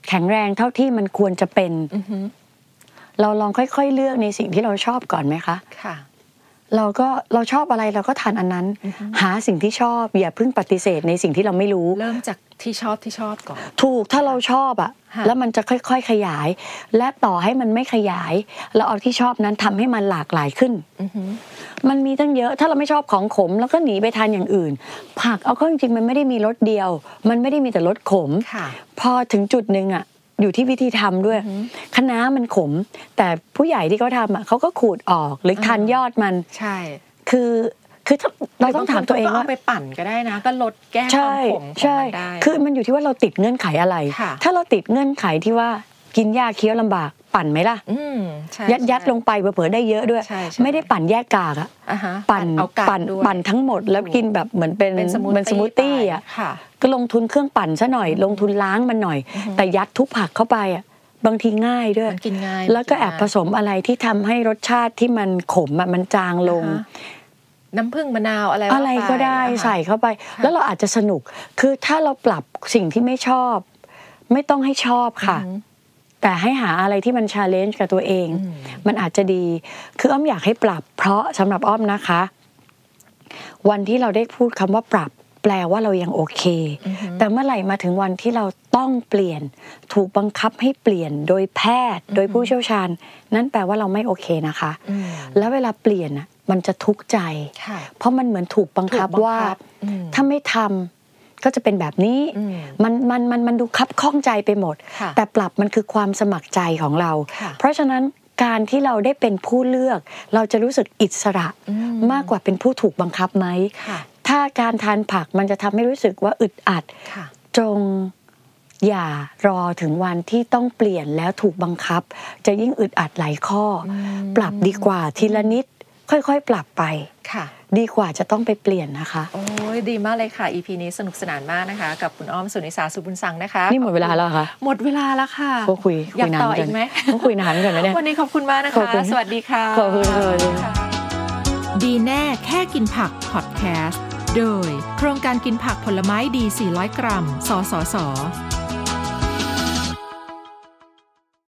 Speaker 2: แข็งแรงเท่าที่มันควรจะเป็น
Speaker 1: อือหือ
Speaker 2: เราลองค่อย ๆ เลือกในสิ่งที่เราชอบก่อนไหมคะ
Speaker 1: ค่ะ
Speaker 2: เราก็เราชอบอะไรเราก็ทานอันนั้น
Speaker 1: อือฮึ
Speaker 2: หาสิ่งที่ชอบ อย่าเพิ่งปฏิเสธในสิ่งที่เราไม่รู้
Speaker 1: เริ่มจากที่ชอบที่ชอบก่อน
Speaker 2: ถูกถ้าเราชอบอะ
Speaker 1: ค่ะ
Speaker 2: แล้วมันจะค่อย ๆ ขยาย และต่อให้มันไม่ขยาย เราเอาที่ชอบนั้นทำให้มันหลากหลายขึ้น
Speaker 1: อือหือ
Speaker 2: มันมีตั้งเยอะ ถ้าเราไม่ชอบของขมเราก็หนีไปทานอย่างอื่น ผักเอาเข้าจริงๆมันไม่ได้มีรสเดียว มันไม่ได้มีแต่รสขม
Speaker 1: ค่ะ
Speaker 2: พอถึงจุดหนึ่งอ่ะ อยู่ที่วิธีทำด้วย
Speaker 1: อือหือ
Speaker 2: คะน้ามันขม แต่ผู้ใหญ่ที่เขาทำอ่ะเขาก็ขูดออกหรือทานยอดมัน
Speaker 1: ใช่
Speaker 2: คือคือถ้าเราต้องถามตัวเอ
Speaker 1: ห
Speaker 2: ง
Speaker 1: รืบค
Speaker 2: ว่าน
Speaker 1: ก็เไปปั่นก็ได้นะ ก็ลดแก้ควา
Speaker 2: ใช่
Speaker 1: มขมของ
Speaker 2: ใช่
Speaker 1: มันได้
Speaker 2: คือมันอยู่ที่ว่าเราติดเงื่อนไขอะไร
Speaker 1: ค่ะ
Speaker 2: ถ้าเราติดเงื่อนไขที่ว่ากินยาเคี้ยวลำบากปั่นไหมล่ะ
Speaker 1: อืมใช่
Speaker 2: ยัดยัด
Speaker 1: ใช่
Speaker 2: ลงไปเผลอๆได้เยอะด้วย
Speaker 1: ใช่ใช่
Speaker 2: ไม่ได้ปั่นแยกกากอะ
Speaker 1: อ่าฮะ
Speaker 2: ปั่น
Speaker 1: เอากาก
Speaker 2: ปั่น
Speaker 1: ด้วย
Speaker 2: ปั่นทั้งหมดแล้ว
Speaker 1: ถูก
Speaker 2: กินแบบเหมือนเป็น
Speaker 1: เป็นสมูท
Speaker 2: เหมือนสมูทตี้
Speaker 1: ไป
Speaker 2: อะ
Speaker 1: ค่ะ
Speaker 2: ก็ลงทุนเครื่องปั่นซะหน่อย ลงทุนล้างมันหน่อย
Speaker 1: อือฮึ
Speaker 2: แต่ยัดทุกผักเข้าไปอ่ะบางทีง่ายด้วย
Speaker 1: มันกินง่าย
Speaker 2: แล้วก็แอบผสมอะไรที่ทำให้รสชาติที่มันขมอ่ะมันจางลง
Speaker 1: อ่าฮะน้ำผึ้งมะนาวอะไรว่า
Speaker 2: อะไรก็ได้
Speaker 1: ปอ่าฮะ
Speaker 2: ใส่เข้าไป
Speaker 1: ค่ะ
Speaker 2: แล้วเราอาจจะสนุก คือถ้าเราปรับสิ่งที่ไม่ชอบ ไม่ต้องให้ชอบค่ะ
Speaker 1: อือฮึ
Speaker 2: แต่ให้หาอะไรที่มันชาเลนจ์กับตัวเอง
Speaker 1: อืม
Speaker 2: มันอาจจะดี คืออ้อมอยากให้ปรับ เพราะสำหรับอ้อมนะคะ วันที่เราได้พูดคำว่าปรับ แปลว่าเรายังโอเค
Speaker 1: อือฮึ
Speaker 2: แต่เมื่อไหร่มาถึงวันที่เราต้องเปลี่ยน ถูกบังคับให้เปลี่ยนโดยแพทย์ โดยผู้เชี่ยวชาญ นั่นแปลว่าเราไม่โอเคนะคะ
Speaker 1: อืม
Speaker 2: แล้วเวลาเปลี่ยนน่ะมันจะทุกข์ใจ
Speaker 1: ค่ะ
Speaker 2: เพราะมันเหมือนถูกบังคับ
Speaker 1: ถูก
Speaker 2: ว่า
Speaker 1: อืม
Speaker 2: ถ้าไม่ทำก็จะเป็นแบบนี้
Speaker 1: อืม
Speaker 2: มันมันมันมันดูคับข้องใจไปหมด
Speaker 1: ค่ะ
Speaker 2: แต่ปรับมันคือความสมัครใจของเรา
Speaker 1: ค่ะ
Speaker 2: เพราะฉะนั้นการที่เราได้เป็นผู้เลือก เราจะรู้สึกอิสระ
Speaker 1: อืม
Speaker 2: มากกว่าเป็นผู้ถูกบังคับไหม
Speaker 1: ค่ะ
Speaker 2: ถ้าการทานผักมันจะทำให้รู้สึกว่าอึดอัด
Speaker 1: ค่ะ
Speaker 2: จงอย่ารอถึงวันที่ต้องเปลี่ยนแล้วถูกบังคับ จะยิ่งอึดอัดหลายข้ออ
Speaker 1: ม
Speaker 2: ปรับดีกว่าทีละนิด ค่อยๆ ปรับไป
Speaker 1: ค่ะ
Speaker 2: ดีกว่าจะต้องไปเปลี่ยนนะคะ
Speaker 1: โอ้ยดีมากเลยค่ะ EP นี้สนุกสนานมากนะคะ กับคุณอ้อมสุนิสาสุบุญสังนะคะ
Speaker 2: นี่หมดเวลาแล้วเหรอคะ
Speaker 1: หมดเวลาแล้วค่ะ
Speaker 2: ก็คุย
Speaker 1: อยาก
Speaker 2: คุยนาน
Speaker 1: ต่อ
Speaker 2: กั
Speaker 1: อีกไหม
Speaker 2: ต้องคุยนานกันนะเนี่ย
Speaker 1: วันนี้ขอบคุณมากนะ
Speaker 2: ขอบ
Speaker 1: คะ
Speaker 2: คุณ
Speaker 1: สวัสดีค่ะ
Speaker 2: ขอบคุณค่ะ
Speaker 1: ดีแน่แค่กินผักพอดแคสต์ โดยโครงการกินผักผลไม้ดี 400 กรัม สสส